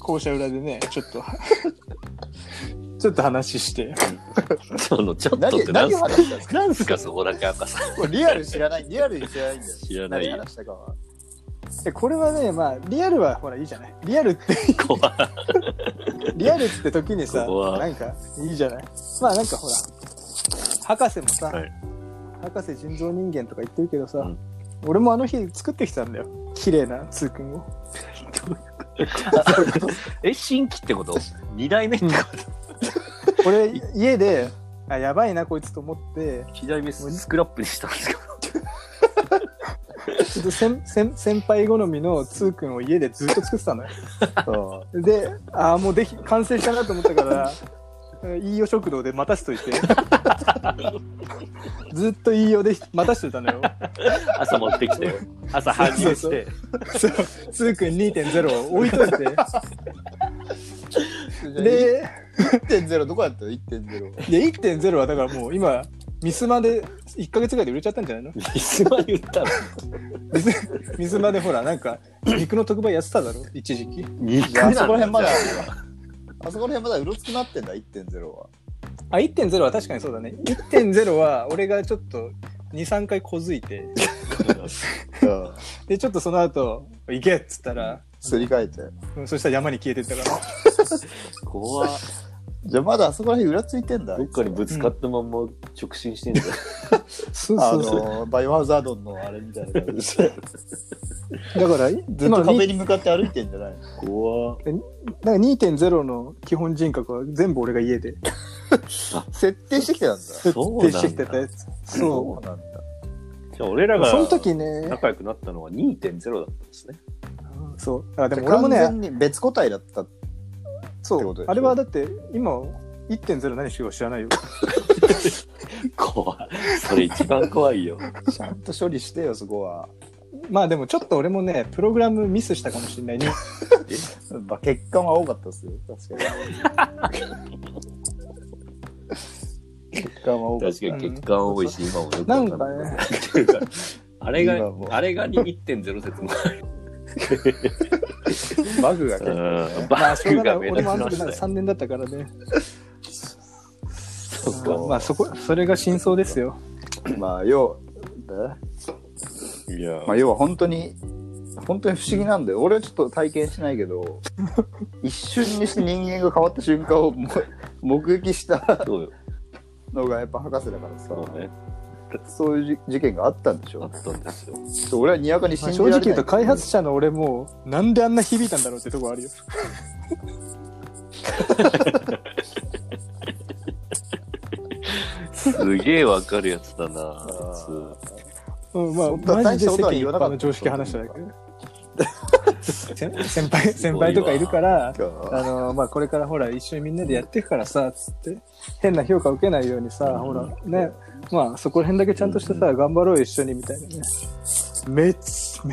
S3: 校舎裏でね、ちょっと、 ちょっと話して、
S1: その、ちょっとっ
S2: 何
S1: てなん
S2: 何
S1: す
S2: を
S1: か
S2: 話したんですか
S1: なんすか、そこだけ赤さん。
S2: これリアル知らないリアルに知らないんだよ
S1: 知らない
S2: 何話したかは
S3: でこれはね、まあ、リアルはほら、いいじゃない。リアルって、
S1: 怖い。
S3: リアルって時にさ、
S1: ここは
S3: なんか、いいじゃない。まあ、なんかほら、博士もさ、
S1: はい
S3: 博士人造人間とか言ってるけどさ、
S1: うん
S3: 俺もあの日作ってきたんだよ。綺麗な、つーく んを。
S1: え、新規ってこと二代目ってこ
S3: 俺、家で、あ、やばいな、こいつと思って、
S1: と一代目スクラップにしたんですか
S3: ちょっと先先先輩好みのつーくんを家でずっと作ってたのよ。
S2: そ
S3: で、ああ、もうでき、完成したなと思ったから、 えー飯尾食堂で待たしといて。ずっと飯尾で待たしといたのよ。
S1: 朝持ってきて、朝搬入して。
S3: そう、つーくん2.0を置いといて。
S2: うで
S3: で、
S2: 1.0どこやったの1.0
S3: で1.0はだからもう今、ミスマで1ヶ月ぐらいで売れちゃったんじゃないの
S1: いつまで言ったの
S3: ミスミスマでほら、なんか、肉の特売やってただろ、一時期。
S2: いやあそこら辺まだあそこら辺まだうろつくなってんだ1.0は
S3: あ、1.0は確かにそうだね。1.0は俺がちょっと2、3回こづいて、
S2: うん
S3: で、ちょっとその後、行けっつったら、
S2: すり替えて
S3: うんそしたら山に消えてったから。
S1: 怖っ
S2: じゃあまだあそこら辺裏ついてんだ
S1: どっかにぶつかったまんま直進してんだよ。
S3: そう
S2: あのバイオハザードンのあれみたい な感じで
S3: だから、
S2: ずっと
S3: 今の
S2: 壁
S3: に
S2: に向かって歩いてんじゃない の
S1: 怖っ
S3: なんか2.0の基本人格は全部俺が家で
S2: 設定してきてたんだ
S1: そうな
S3: 徹底
S1: んだ
S3: してきてたやつ。そう
S2: なんだ
S1: じゃあ俺ら
S3: その
S1: が
S3: 時ね、
S1: 仲良くなったのは2.0だったんですね。
S3: そう。だからで
S2: で
S3: も
S2: も
S3: 俺もね、
S2: 完全に別個体だったって
S3: そ
S2: ってこと
S3: う
S2: で。しょ
S3: あれはだって、今、1.0何しようか知らないよ。
S1: 怖い。それ一番怖 いよ。
S2: ちゃんと処理してよそこは、
S3: まあでもちょっと俺もね、プログラムミスしたかもしれないね。
S2: まあ、結果は多かったですよ確か に結果は多かっ
S1: 確かに血管多いし、今もよく
S3: なん
S1: わ
S3: か
S1: ん
S3: ね、
S1: っていうか あれ
S2: 今
S1: が
S2: も、
S1: あれが1.0説もある。
S2: たバグが結構
S3: ま
S1: バ
S3: あしょう
S1: ッグ
S3: がない。
S1: が目立
S3: 俺
S1: ち
S3: もあの
S1: ま
S3: 時
S1: し
S3: ま
S1: た
S3: だ
S1: よ。
S3: 3年だったからね。
S1: そう
S3: まあそこ、それが真相ですよ。
S2: まあ、要、
S1: いや
S2: まあ、要は本当に、本当に不思議なんだよ。俺はちょっと体験しないけど、一瞬にして人間が変わった瞬間をも目撃した
S1: そうよ。
S2: のがやっぱ博士だからさ、
S1: そうね。
S2: そういうじ事件があったんでし
S1: あ
S2: ょ。
S1: ったんですよ。
S2: ちょっと俺はにやかに
S3: ま
S2: 信
S3: あ
S2: じ
S3: 正
S2: られな
S3: 直
S2: い。
S3: 言うと開発者の俺もなんであんな響いたんだろうってとこあるよ
S1: すげえわかるやつだな、あい
S3: うん、ま
S2: そんな
S3: あ、マ
S2: 大
S3: ジ
S2: した
S3: で
S2: ことは言わ
S3: 世間一
S2: なか
S3: 般
S2: った
S3: の常識話だけど。先先 輩、先輩とかいるから、あの、まあ、これからほら、一緒にみんなでやっていくからさ、つって、変な評価受けないようにさ、ほら、ね、まあ、そこら辺だけちゃんとしてさ、頑張ろうよ一緒に、みたいなね。めっちゃ、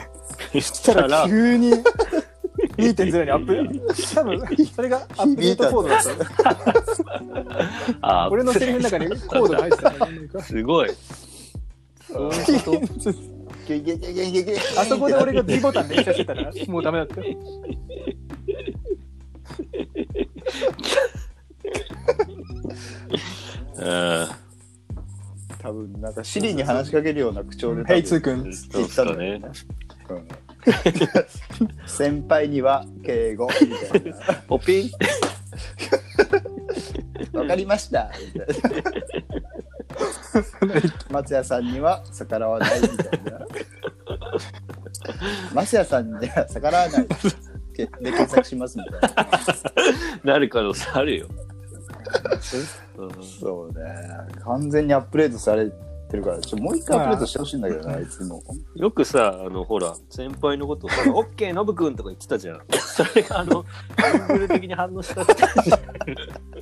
S3: めっしたら急に2.0にアップ。多分、それがアップデートコードだったね。
S1: つ。 あ
S3: 俺のセリフの中にコードが入ってたね。
S1: すごい。
S2: ゲゲゲゲゲゲ
S3: あそこで俺が B ボタンめっちゃしてたら、もうダメだったよ。
S1: うん。
S2: 多分なんかシリに話しかけるような口調で多分
S3: ヘイツー君。
S1: そうっすかね。
S2: うん先輩には敬語みたい
S1: ポピンって
S2: なわかりましたみたいな松屋さんには逆らわないみたいな松屋さんには逆らわないけで検索しますみたいな
S1: なる可能性あるよ。うん
S2: そうね完全にアップデートされてるからちょもう一回アップデートしてほしいんだけどなあいつも
S1: よくさ、あの、ほら、先輩のことさ、 オッケー、ノブくんとか言ってたじゃん。それが、あの、アングル的に反応したくて、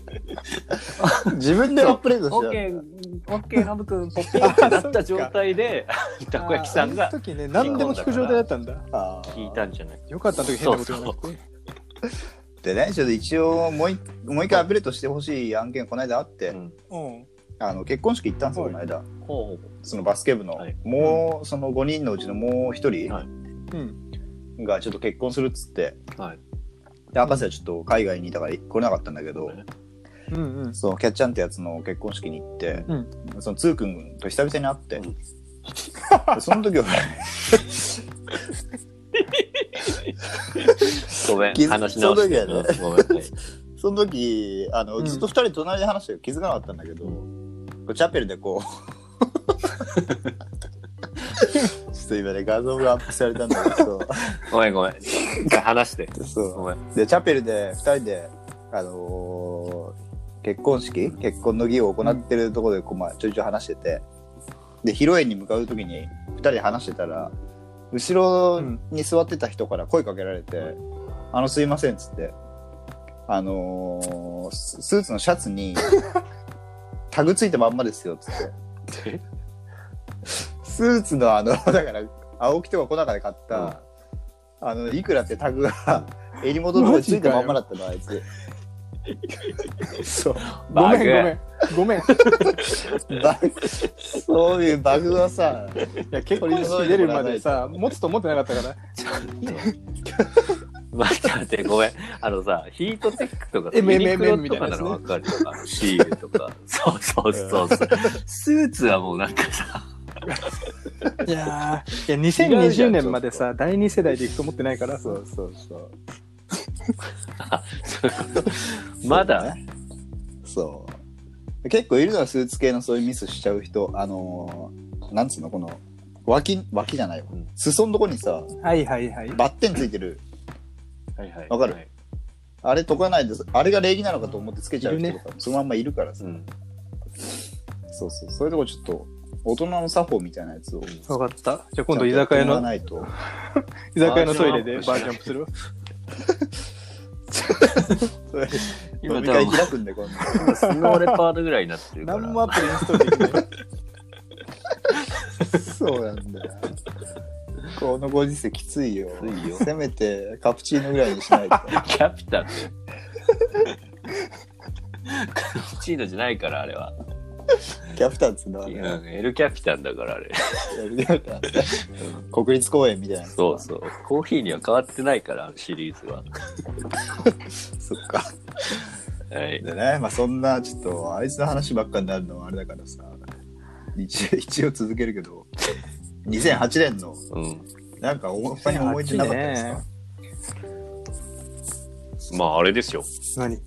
S2: 自分でアップデート
S1: オ
S2: し
S1: ッ
S2: て
S1: ケ
S2: る
S1: ー、オッケー、ノブくん、ポッピンってなった状態で、たこ焼きさん
S3: あ
S1: が
S3: の時ね、何でも聞く状態だったんだ。
S2: あー
S1: 聞いたんじゃない
S3: よかったあの時変なこと言わなくて。
S2: でねちょっと一応もう一もう一回アップデートしてほしい案件この間あって、
S1: うん
S3: うん。
S2: あの結婚式行ったんですよ
S3: は
S2: こ
S3: い
S2: の間
S1: ほう
S2: そのバスケ部の、
S1: はい
S2: もうその5人のうちのもう
S1: は
S2: 1
S3: うん。
S2: 人がちょっと結婚するっつって、
S1: はい
S2: で博士はちょっと海外にいたから来れなかったんだけど、
S1: ね
S3: うんうん。
S2: そのキャッチャンってやつの結婚式に行って、
S3: う
S2: そのつーくんと久々に会って、
S1: うん
S2: でその時は
S1: ごめん
S2: 気づ、
S1: 話し直して。
S2: その時
S1: ごめんはい
S2: その時あの、
S3: うん
S2: ずっと2人で隣で話してる気づかなかったんだけど、
S1: う
S2: こうチャペルでこ うちょっと今ね画像がアップされたんだけど
S1: ごめん、ごめん。一回話して。
S2: そう
S1: ごめん。
S2: でチャペルで2人で、あのー結婚式結婚の儀を行ってるところでこう、まあ、ちょいちょい話しててで披露宴に向かう時に2人で話してたら後ろに座ってた人から声かけられて「あのすいません」っつってあのーススーツのシャツにタグついたまんまですよっつって
S1: え
S2: スーツのあのだから青木とか小中で買った、あのいくらってタグが襟元のとこについたまんまだったのあいつ そう
S3: ごめんごめ
S1: バ
S3: ん。ごめん。い
S2: バグそういうバグはさ
S3: や、結婚式出るまでさ、持つと思ってなかったから。
S1: 待って待って、ごめん。あのさ、ヒートテックとかさ、
S3: MMM
S1: ユニクロとかならわ
S3: み
S1: かるよ。あのシールとか。そうそうそうそう。スーツはもうなんかさ、
S3: いやー、いや、
S1: 違うじゃ
S3: 2020
S1: ん
S3: 年までさ、第二世代で行くと思ってないからさ。
S2: そうそう そう
S1: まだ、
S2: そう結構いるのはスーツ系のそういうミスしちゃう人あのーなんつうのこの脇脇じゃないわ
S1: うん
S2: 裾のとこにさ
S3: はいはいはい。
S2: バッテンついてる
S1: はいはい
S2: わかるあれ解かないですあれが礼儀なのかと思ってつけちゃう人とか、そのまんまいるからさ、
S1: うん。
S2: そうそうそういうとこちょっと大人の作法みたいなやつを
S3: わかった。じゃあ今度居酒
S2: ちゃんとやっ
S3: 屋
S2: てもらわ
S3: の、
S2: ないと
S3: 居酒屋のトイレでバ
S1: バー
S3: ー
S1: ジョン
S3: ジョン
S1: アッ
S3: アップするわ。
S2: それ
S1: 今
S2: 飲み
S1: 多
S2: 会
S1: 分
S2: 開くんで今度
S1: 今スノーレパードぐらいになってるから。
S3: 何もアプリインストールできない。
S2: そうなんだよ。このご時世きついよ。
S1: きついよ
S2: せめてカプチーノぐらいにしないと。
S1: キャピタルだよ。カプチーノじゃないから、あれは。
S2: キャプタンっつうのは
S1: う
S2: ね、
S1: ん、エルキャピタンだから、あれ。
S2: 国立公園みたいな。
S1: そうそう。コーヒーには変わってないから、あのシリーズは。
S2: そっか。
S1: はい。
S2: でね、まあそんなちょっとあいつの話ばっかになるのはあれだからさ。一応 一応続けるけど2008年の
S1: うん。
S2: なんかお他に思い出なかったですか、
S3: ね
S1: まあ、あれですよ。
S3: 何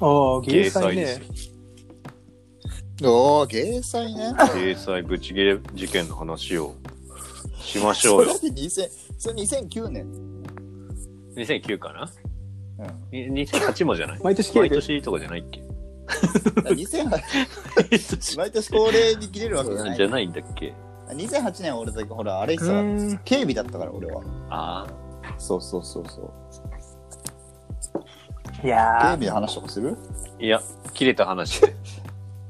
S3: ああ、芸
S1: 芸
S3: 祭
S1: 祭です
S3: ね
S1: よ。。
S2: おお芸祭ね
S1: 芸祭ぶち切れ事件の話をしまし
S2: そ
S1: ょう
S2: れ
S1: よ。
S2: で2000それ2009年
S1: 2009かな
S2: うん
S1: に ?2008 もじゃない
S3: 毎年切れ
S1: 毎
S3: てる。
S1: 年とかじゃないっけ
S2: だから2008毎年恒例に切れるわけじゃない
S1: じゃないんだっけ
S2: 2008年は俺だけほらあれ
S3: う
S2: さ
S3: ーん
S2: 警備だったから俺は
S1: あ
S2: そうそうそうそう
S3: い
S2: 警
S3: や
S2: 備の話とかす る
S1: あ。いや、切れた 話。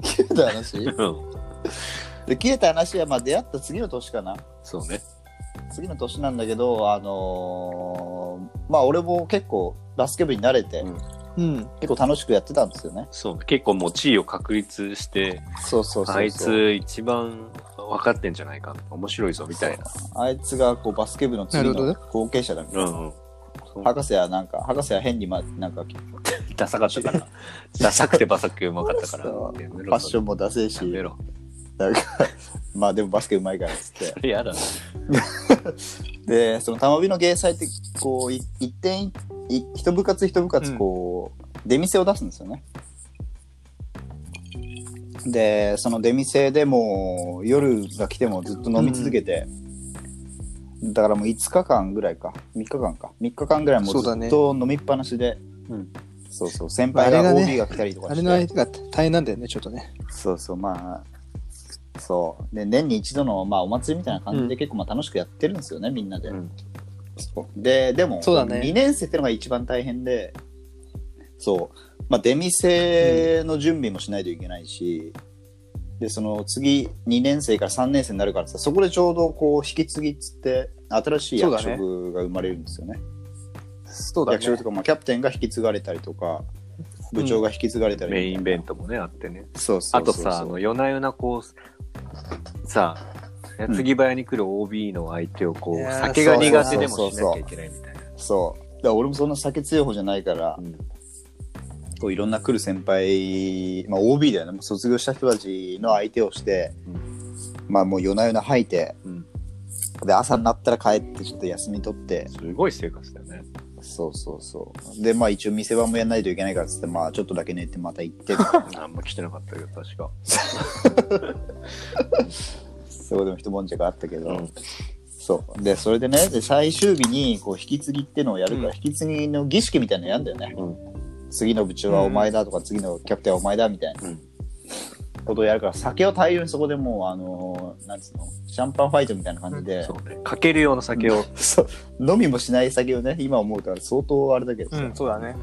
S2: 切れた話
S1: うん。
S2: で切れた話はまあ出会った次の年かな
S1: そうね。
S2: 次の年なんだけどあのーまあ俺も結構バスケ部に慣れて、
S1: うん
S3: うん。
S2: 結構楽しくやってたんですよね
S1: そうね。結構もう地位を確立して、
S2: そうそうそうそう
S1: あいつ一番分かってんじゃないか。面白いぞ、みたいな。
S2: あいつがこうバスケ部の次
S3: なるほど
S2: の
S3: ね
S2: 後継者だみたいな
S1: うんうん。
S2: 博士はなんか博士は変にまなんか
S1: ダサかったから。 ダサくてバサくてうまかったから。
S2: そう
S1: フ
S2: ファッションもダセえし
S1: やめろ。
S2: なんかまあでもバスケうまいからっつって
S1: それやだね。
S2: でその玉火の芸祭ってこうい一点い一部活一部活こう、出店を出すんですよねでその出店でもう夜が来てもずっと飲み続けて、だからもう5日間ぐらいか3日間か3日間ぐらいもう
S3: そうだ
S2: ず
S3: ね
S2: っと飲みっぱなしで
S1: うん
S2: そうそう先輩が
S3: あれがね
S2: OB が来たりとか
S3: あ
S2: して、
S3: れの相手が大変なんだよね、ちょっとね。
S2: そうそうまあそうで年に一度の、まあ、お祭りみたいな感じ
S3: う
S2: で結構まあ楽しくやってるんですよね、みんなで、
S1: うん
S2: ででも
S3: そうだね
S2: 2年生ってのが一番大変でそう、まあ、出店の準備もしないといけないし、でその次2年生から3年生になるからさそこでちょうどこう引き継ぎっつって新しい役
S3: そうだね
S2: 職が生まれるんですよね
S3: そうだ
S2: 役職
S3: ね
S2: と。か、まあ、キャプテンが引き継がれたりとか部長が引き継がれたりとか、
S1: メインイベントもね、あってね。
S2: そうそう
S1: あ
S2: そ
S1: と
S2: うそう
S1: さ、あの、夜な夜なこう、さ、矢継ぎ早に来る OB の相手をこう、
S3: いやー
S1: 酒が苦手でも
S2: そう
S1: し
S2: そう
S1: なき
S2: そうそう
S1: ゃいけないみたいな。
S2: そう。だから俺もそんな酒強い方じゃないから、
S1: うん
S2: こういろんな来る先輩、まあ、OB だよね、もう卒業した人たちの相手をして、
S1: う
S2: まあもう夜な夜な吐いて、
S1: うん
S2: で朝になったら帰ってちょっと休み取って、
S1: すごい生活だよね。
S2: そうそうそう。で、まあ一応店番もやんないといけないからっつって、まあちょっとだけ寝てまた行って、
S1: あんま来てなかったけど、確か。
S2: そこでも一悶着あったけど、
S1: うん
S2: そう。で、それでね、で最終日にこう引き継ぎってのをやるから、
S3: うん
S2: 引き継ぎの儀式みたいなのやんだよね。次の部長はお前だとか、次のキャプテンはお前だみたいな
S1: うん
S2: ことをやるから、酒を大量にそこでもう、あのーなんつうの、シャンパンファイトみたいな感じで、
S1: そうね。かける用の酒を。
S2: そう飲みもしない酒をね、今思うから相当あれだけど
S3: う
S2: さ、
S3: ん、そうだね。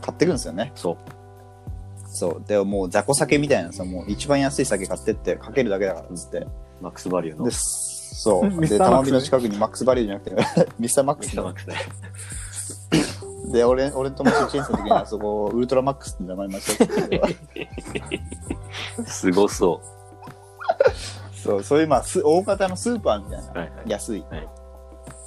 S2: 買ってくんですよね。
S1: そう。
S2: そう。で、もう雑魚酒みたいなさ、もう一番安い酒買ってって、かけるだけだからっつって。
S1: マックスバリューの。
S2: で、
S1: ミス
S2: そうう。
S3: んミス
S2: で、
S3: ターマッ
S2: 玉
S3: クスね
S2: 火の近くにマックスバリューじゃなくて、 ミスターマックス
S1: ターマッ
S2: の
S1: クスね。
S2: で、俺、俺とも1年生の時にあそこ、ウルトラマックスって名前間違えてたけど
S1: すごそ
S2: そう、そういうまあ、す大型のスーパーみたいな
S1: う。。はいはい。
S2: 安い、
S1: はい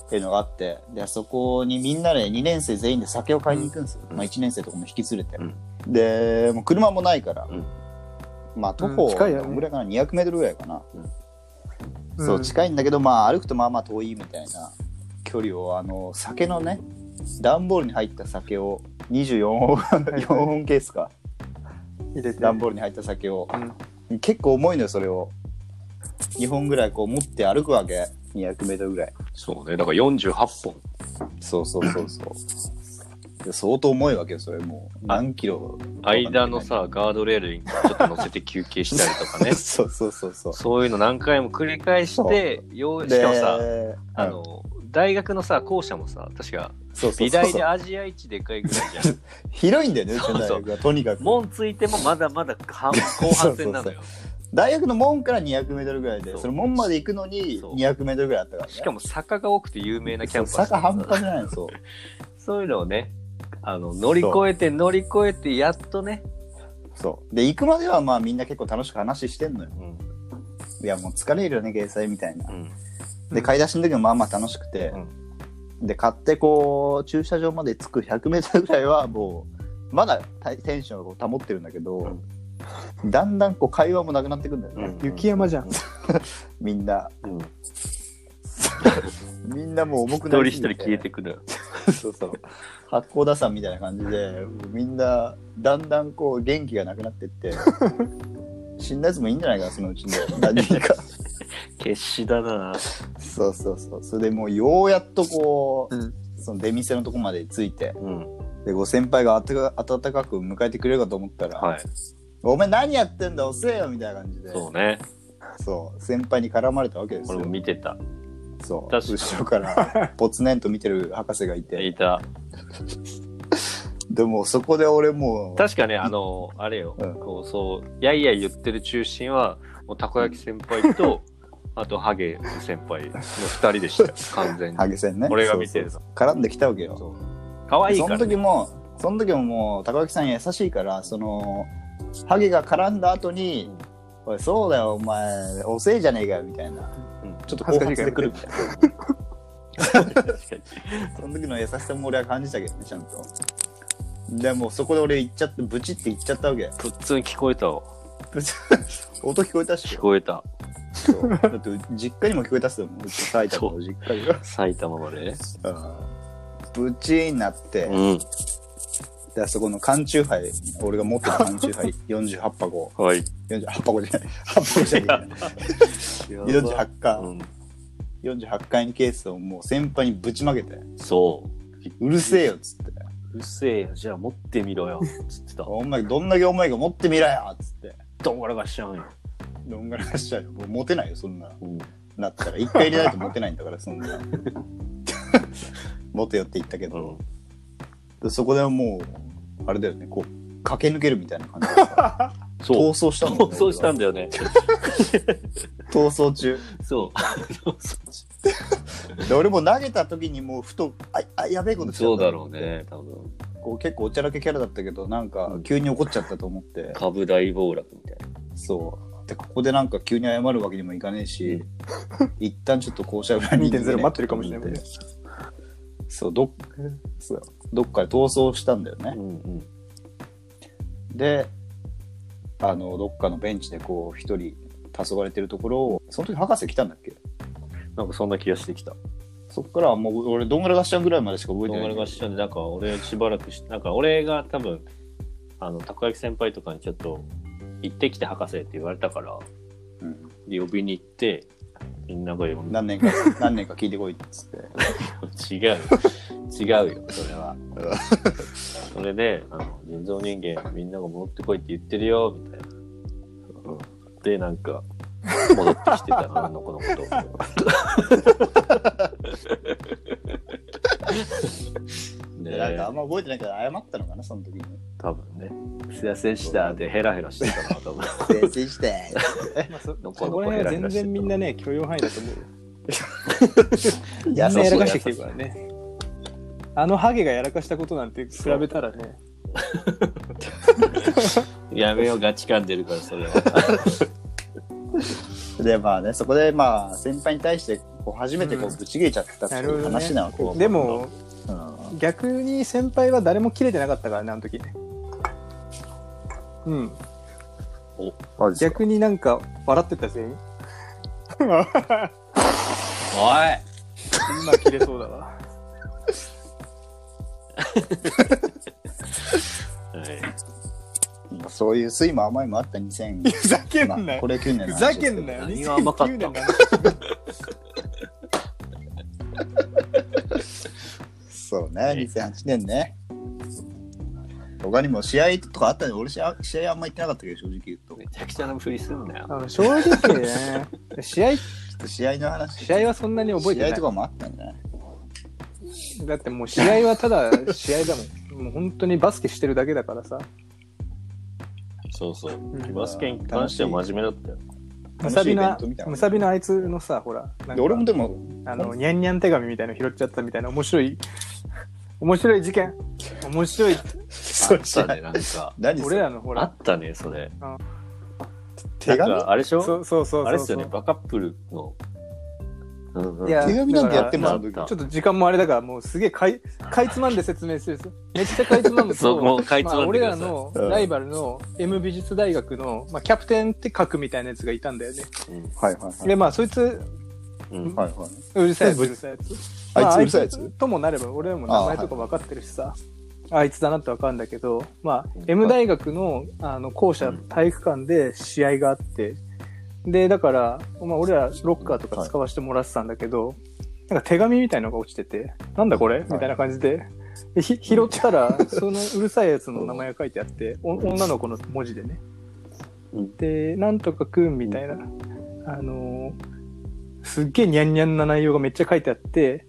S2: っていうのがあってでそこにみんなで2年生全員で酒を買いに行くんですよ、
S1: うん
S2: まあ、1年生とかも引き連れて、
S1: うん
S2: でもう車もないから、
S1: うん
S2: まあ徒歩
S3: うん近いよね
S2: ぐらいかな 200m ぐらいかな、
S3: うん
S2: そう近いんだけどまあ歩くとまあまあ遠いみたいな距離をあの酒のね段ボールに入った酒を24本4本ケースか
S3: 入れて。
S2: 段ボールに入った酒を
S3: うん
S2: 結構重いのよそれを2本ぐらいこう持って歩くわけ 200m ぐらい。
S1: そうね。だから48本。
S2: そうそうそうそう。で相当重いわけよ、それもう。何キロ。。
S1: 間のさ、ガードレールにちょっと乗せて休憩したりとかね
S2: そうそうそうそ う。
S1: そういうの何回も繰り返して、ようしかもさ、あ
S2: うん、
S1: の、大学のさ、校舎もさ、確か、
S2: そうそう
S1: 美
S2: そう
S1: 大
S2: そ
S1: で
S2: う。
S1: アジア一でかいぐらいじ ゃん。
S2: 広いんだよね、うち
S1: そうそう
S2: の大学が。とにかく。
S1: 門ついてもまだまだ 半後半戦なのよ。
S2: 大学の門から200メートルぐらいで、
S1: そう
S2: その門まで行くのに
S1: そう
S2: 200メートルぐらいあったからね。
S1: しかも坂が多くて有名なキャンパス
S2: そう坂半端じゃない の、そう。
S1: そういうのをね、あの、乗り越えて乗り越えて、やっとね、
S2: そう。で、行くまではまあみんな結構楽しく話してんのよ。
S1: うん、
S2: いや、もう疲れるよね、芸祭みたいな。
S1: うん、
S2: で、買い出しの時もまあまあ楽しくて、で、買ってこう、駐車場まで着く100メートルぐらいはもう、まだテンションを保ってるんだけど、
S1: うん
S2: だんだんこう会話もなくなってくんだよね、
S1: うん
S3: 雪山じゃん。
S2: みんな
S1: うん一
S2: みんなもう重くな
S1: 人
S2: り
S1: 一
S2: すぎ
S1: 人消えてくる。
S2: そうそう八甲田山みたいな感じでみんなだんだんこう元気がなくなってって死んだやつもいいんじゃないかなそのうちの何人か
S1: 決死だな。
S2: そうそうそうそれでもうようやっとこう、
S3: うん
S2: その出店のとこまで着いて
S1: うん。
S2: でご先輩があたか温かく迎えてくれるかと思ったら「
S1: はい。
S2: お前何やってんだ遅えよ」みたいな感じで
S1: そうね。
S2: そう先輩に絡まれたわけです
S1: 俺
S2: よ
S1: も見てた。確
S2: そう
S1: かに
S2: 後ろからポツネンと見てる博士がいて
S1: いた。
S2: でもそこで俺もう
S1: 確かね、あの、あれよ、
S2: うん
S1: こう、そう、やいやい言ってる中心は、もうたこ焼き先輩と、あと、ハゲ先輩の二人でしたよ、 完全に。
S2: ハゲ戦ね
S1: 俺が見てる
S2: そ
S1: の
S2: うそう絡んできたわけよ
S1: そう。可愛い
S2: そ
S1: から
S2: の、時もその時ももう高木さん優しいからそのハゲが絡んだ後に「おいそうだよお前遅えじゃねえかよ」みたいな、
S1: うん
S2: ちょっと後発で来るみたいな
S1: 確かに
S2: その時の優しさも俺は感じたけどねちゃんとでもうそこで俺行っちゃってブチって行っちゃったわけ
S1: 普通に聞こえたわ。
S2: ブチ音聞こえたっし
S1: 聞こえた。
S2: そうだって実家にも聞こえたっすよもううち埼玉の実家が
S1: 埼玉まで。
S2: ブチーになって、
S1: うん。
S2: であそこの缶チューハイ俺が持ってた缶チュ ーハイ48箱
S1: はい。
S2: 48箱じゃない8箱じゃない48
S1: う
S2: 回、
S1: ん。
S2: 48回にケースをもう先輩にぶちまけて
S1: そう。
S2: うるせえよっつって
S1: うるせえよ、じゃあ持ってみろよ。つってた。
S2: お前どんだけお前が持ってみろよっつって
S1: どんがらがしちゃうんよ。
S2: どんぐらいしちゃうよもう持てないよそんな
S1: うん。
S2: なったら一回入れないと持てないんだからそんな 持てよって言ったけ
S1: う
S2: ど、
S1: ん。
S2: でそこでもうあれだよねこう駆け抜けるみたいな感じでさ逃
S1: そう。
S2: 走したん
S1: 逃
S2: だよね
S1: 走したんだよね。
S2: 逃走中
S1: そう。逃走
S2: で俺も投げた時にもうふとああやべえことしちゃ
S1: そ
S2: っ
S1: う
S2: た
S1: だろうね、多分。
S2: こう結構おちゃらけキャラだったけどなんか急に怒っちゃったと思って、
S1: 株大暴落みたいな。
S2: そうでここでなんか急に謝るわけにもいかねえし、 一旦ちょっと校舎裏に
S3: 2.0待ってるかもしれないも んね
S2: そうどっそうどっかで逃走したんだよね
S1: う、んうん。
S2: であのどっかのベンチでこう一人黄昏てるところをその時博士来たんだっけ
S1: なんかそんな気がしてきた。
S2: そっからはもう俺どんぐらがしちゃんぐらいまでしか覚えて
S1: 動
S2: ない
S1: 画がしちゃうんで、なんか俺しばらくし、なんか俺が多分、あの、たこ焼き先輩とかにちょっと、行ってきて博士って言われたから、
S2: うん
S1: で呼びに行って、みんなが呼んだ。
S2: 何年か 何年か聞いてこいっつって
S1: 違う。違うよ、それは。それで、あの、人造人間、みんなが戻ってこいって言ってるよ、みたいな。で、なんか、戻ってきてた の、あの子のことを。ね
S2: でなんかあんま覚えてないけど謝ったのかなその時 に
S1: 多分ね。すいませんでしたってヘラヘラしてたのは多分。
S2: 「先生して」
S3: まあそ
S1: どこ
S3: そ
S1: どこ
S3: こら辺は全然みんなね、許容範囲だと思うよ。みんなやらかしてきてるからね。あのハゲがやらかしたことなんて比べたらね、
S1: やめよう、ガチ感出るから、そ れは。
S2: でまあねそこでまあ先輩に対してこう初めてこ
S3: う
S2: うんぶち切れちゃったって
S3: ないるほど
S2: う
S3: ね
S2: 話なわけよ、
S3: でも
S2: うん
S3: 逆に先輩は誰も切れてなかったからね、あの時ね。うん、逆になんか笑ってた全員。
S1: おい
S3: 今切れそうだわ。
S2: まあそういう酸いも甘いも あった2000
S3: ふざけんなよ
S2: まあこれ9年
S3: ふ
S2: の話
S3: ざ
S2: です
S3: け
S2: けど
S3: んなよ。
S1: 何が甘かった
S3: 2009年の話
S2: そうね2008年ね他にも試合とかあったんで俺試合試合あんま行ってなかったけど正直言うと
S1: めちゃくちゃなふりすんなよ。
S3: あの正直ね、試合、
S2: ちょっと試合の話
S3: 試合はそんなに覚えて
S2: 試合
S3: な
S2: とかもあったんじゃない
S3: い。だってもう試合はただ試合だもん。もう本当にバスケしてるだけだからさ。
S1: そうそう。
S3: ん
S1: バスケに関しては真面目だったよ。
S3: むさびの
S2: 楽しいイベントみたい、な
S3: むさびのあいつのさ、ほら、なん
S2: で
S3: か
S2: 俺もでも
S3: あの、にゃんにゃん手紙みたいの拾っちゃったみたいな面白い、面白い事件。面白い。
S1: あ
S2: そ
S1: っ
S2: う試
S1: た
S2: 合
S1: ね、なんか。
S2: 何そ
S3: 俺
S2: れ
S3: らのほ
S1: あ
S3: ら、
S1: ったね、それ。
S2: 手紙
S1: なんかあれでしょ
S3: そうそうそうそう。
S1: あれっすよね、バカップルのうんうん
S3: いや
S2: 手紙なんてやっても
S1: だ
S2: あ
S1: から
S2: の時
S1: なん
S3: ちょっと時間もあれだから、もうすげえかい、かいつまんで説明するんですよ。めっちゃかいつ まむと、
S1: そうもうかいつまんで
S3: まあ俺
S1: くだ
S3: ら
S1: さい
S3: のライバルの M 美術大学の、まあ、キャプテンって書くみたいなやつがいたんだよね。
S2: はいはいはい
S3: で、まあ、そいつ、
S1: うん
S2: はいはいう
S3: るさいやつ、うるさいやつ。
S2: あいつ
S3: ま
S2: うるさいやつ
S3: ともなれば、俺らも名前とか分かってるしさ、あ,、い、つだなって分かるんだけど、まあ、M 大学の、あの、校舎体育館で試合があって、で、だから、まあ、俺らロッカーとか使わせてもらってたんだけど、なんか手紙みたいのが落ちてて、なんだこれみたいな感じで、でひ拾ったら、 そのうるさいやつの名前が書いてあって、お女の子の文字でね
S1: うん。
S3: で、なんとかくんみたいな、あのーすっげえニャンニャンな内容がめっちゃ書いてあって、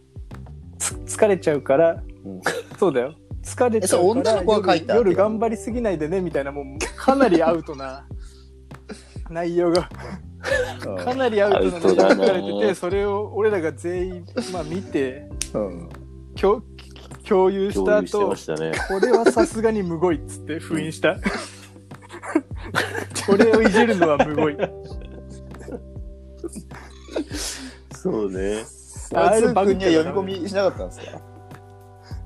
S3: つ疲れちゃうから、
S1: うん
S3: そうだよ。疲れちゃ
S2: えそ
S3: うから
S2: れ女の子が書いた
S3: 夜夜頑張りすぎないでねみたいな、もうかなりアウ トな内容が、かなりアウトな内容が書かれ
S1: アウ
S3: て
S1: トだ
S3: て、
S1: な
S3: それを俺らが全員、まあ見て、
S2: うん
S3: 共共有し
S1: 共
S3: た
S1: 有して
S3: 後
S1: ま、したね。
S3: これはさすがにむごいっつって封印した。 これをいじるのはむごい。
S1: そうね。
S2: あいつ
S3: バグっ
S2: 君
S3: て
S2: に
S3: る
S2: は読み込みしなかったんですか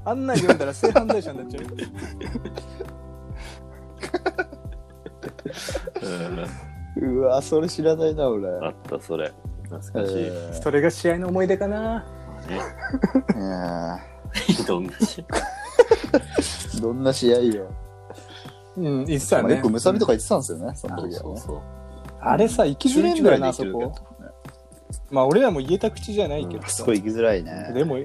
S3: あんなん読んだら性犯罪者になっちゃう。
S2: うわそれ知らないな俺
S1: あった、それ。懐かしい。
S2: え
S3: それが試合の思い出かな。
S2: ーいや
S1: ねどんなし。
S2: ーどんな試合よ、
S3: うん、言って
S2: ま
S3: た
S2: あ、よ
S3: ね
S2: く。むさみとか言ってたんですよねその
S1: そう
S2: 時
S1: そ
S2: は
S1: う
S2: ね
S1: そう。
S3: あれさ、行きづらいんだよな、あそ
S2: 11ぐらいで行
S3: こ
S2: け。
S3: まあ、俺らも言えた口じゃないけど
S2: す
S3: さ。
S2: ごい行きづらいね
S3: でも、
S2: うん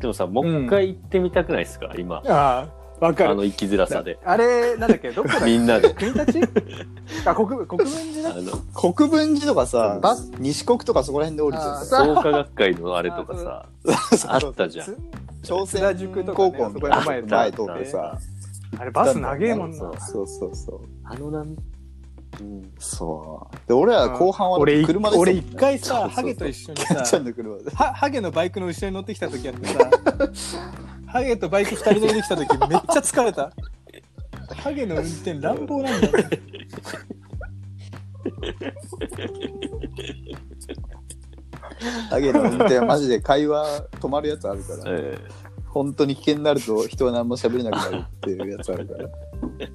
S1: でもさ、もう一回行ってみたくないですか、今。
S3: ああ、わか
S1: あ
S3: る。
S1: の行きづらさで。
S3: あれ、なんだっけ、どこだっけ
S1: みんなで。
S3: 国立 あ、国、国分寺
S1: あ
S3: だっけ
S1: の、
S2: 国分寺とかさ
S1: バ
S2: 西国とかそこら辺で降りて
S3: あー
S2: る
S1: 創価学会のあれとかさ、あったじゃん。
S3: つ
S2: 朝
S3: 津田
S2: 鮮
S3: 塾とかね
S2: 高校の
S3: そこら辺
S2: 前
S1: で
S2: 通ってさ
S3: あれ、バス長えもん
S1: そ
S3: な
S1: う。
S2: そうそうそう
S1: あの波。うん。
S2: そうで俺ら後半は
S3: 俺、
S2: 車で
S3: 俺一回
S2: そうそ
S3: さ、
S2: うそう
S3: ハゲと一緒に
S2: キャッチャ
S3: さ
S2: ン、の車で
S3: ハハゲのバイクの後ろに乗ってきた時あってさ ハゲとバイク二人乗りできた時めっちゃ疲れたハゲの運転乱暴なんだよ
S2: ハゲの運転はマジで会話止まるやつあるから
S1: え
S2: 本当に危険になると人は何も喋れなくなるっていうやつあるから。
S1: え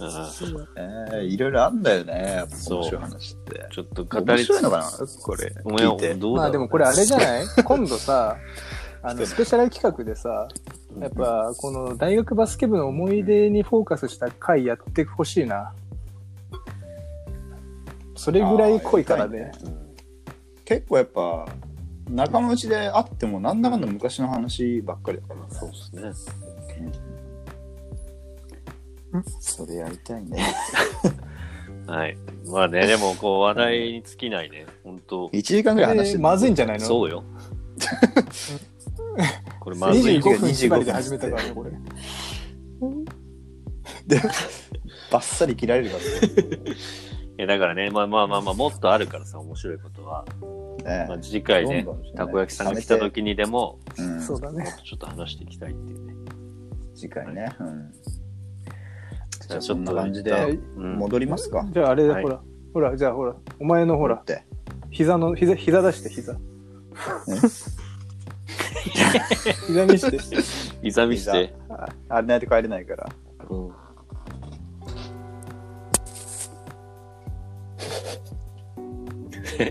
S1: あー
S2: ええいろいろあんだよね。やっぱ
S1: そう
S2: 面白い話って。
S1: ちょっと語
S2: 面
S1: り
S2: 白いのかなこれ。
S1: お前
S2: 聞いて。
S1: どうだろう
S3: まあでもこれあれじゃない今度さあのスペシャル企画でさやっぱこの大学バスケ部の思い出にフォーカスした回やってほしいなそれぐらい濃いからね
S2: 結構やっぱ、仲間内であってもなんだかんだ昔の話ばっかりだから。そう
S1: そうですね。
S2: それやりたいね。
S1: はい。まあね、でもこう話題に尽きないね。本当
S2: 1時間ぐらい話して
S3: でまずいんじゃ
S2: ない
S3: ないの
S1: そうよ。これまずい
S3: 25
S1: けど
S3: 分縛りで始めたからねこれ
S2: バッサリ切られるか
S1: いやだからね、まあまあまあまあ、もっとあるからさ、面白いことは。
S2: ら
S1: まあ、
S2: ね。
S1: 次回ね
S2: どんどんです、ね
S1: たこ焼きさんが来た時にでも、
S2: うん
S3: そうだ
S1: も
S3: ね
S1: っとちょっと話していきたいっていうね。
S2: 次回ね。うん。
S1: じゃあち
S2: そ
S1: ょ
S2: ん
S1: っ
S2: な
S1: と
S2: 感じ
S1: 一
S2: で
S1: 旦うん、
S2: 戻りますか。
S3: じゃああれ
S1: はい
S3: ほらほらじゃあほらお前のほら
S2: って。
S3: 膝の膝膝出し て膝膝見して
S1: いざみして。
S2: ああれないと帰れないから。
S1: うん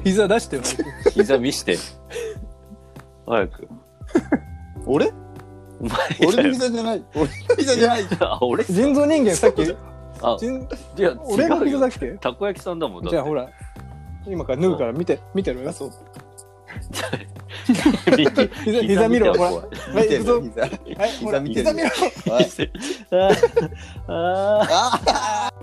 S3: 膝出してよ
S1: 膝見して。早く。
S2: 俺
S1: お前
S2: 俺
S1: だよ。
S2: の膝じゃない。俺の膝じゃない。
S1: あ、俺
S3: 人造人間さっき
S1: あ、
S3: 人
S1: いや、違
S3: 俺の
S1: う
S3: 膝だ
S1: よ
S3: っ。け
S1: たこ焼きさんだもん。だって
S3: じゃ あほら今から脱ぐから見て見てろよ
S2: そう。
S1: 右
S3: 膝膝見ろ
S1: て
S3: ほら
S1: 怖い
S3: は
S2: 見
S3: い
S2: て
S3: 行
S2: る
S3: くぞ
S2: 膝。
S3: はいほ
S2: 膝
S3: ら
S2: 見て る
S3: 膝見ろ
S2: はい
S1: あーあー。
S2: あー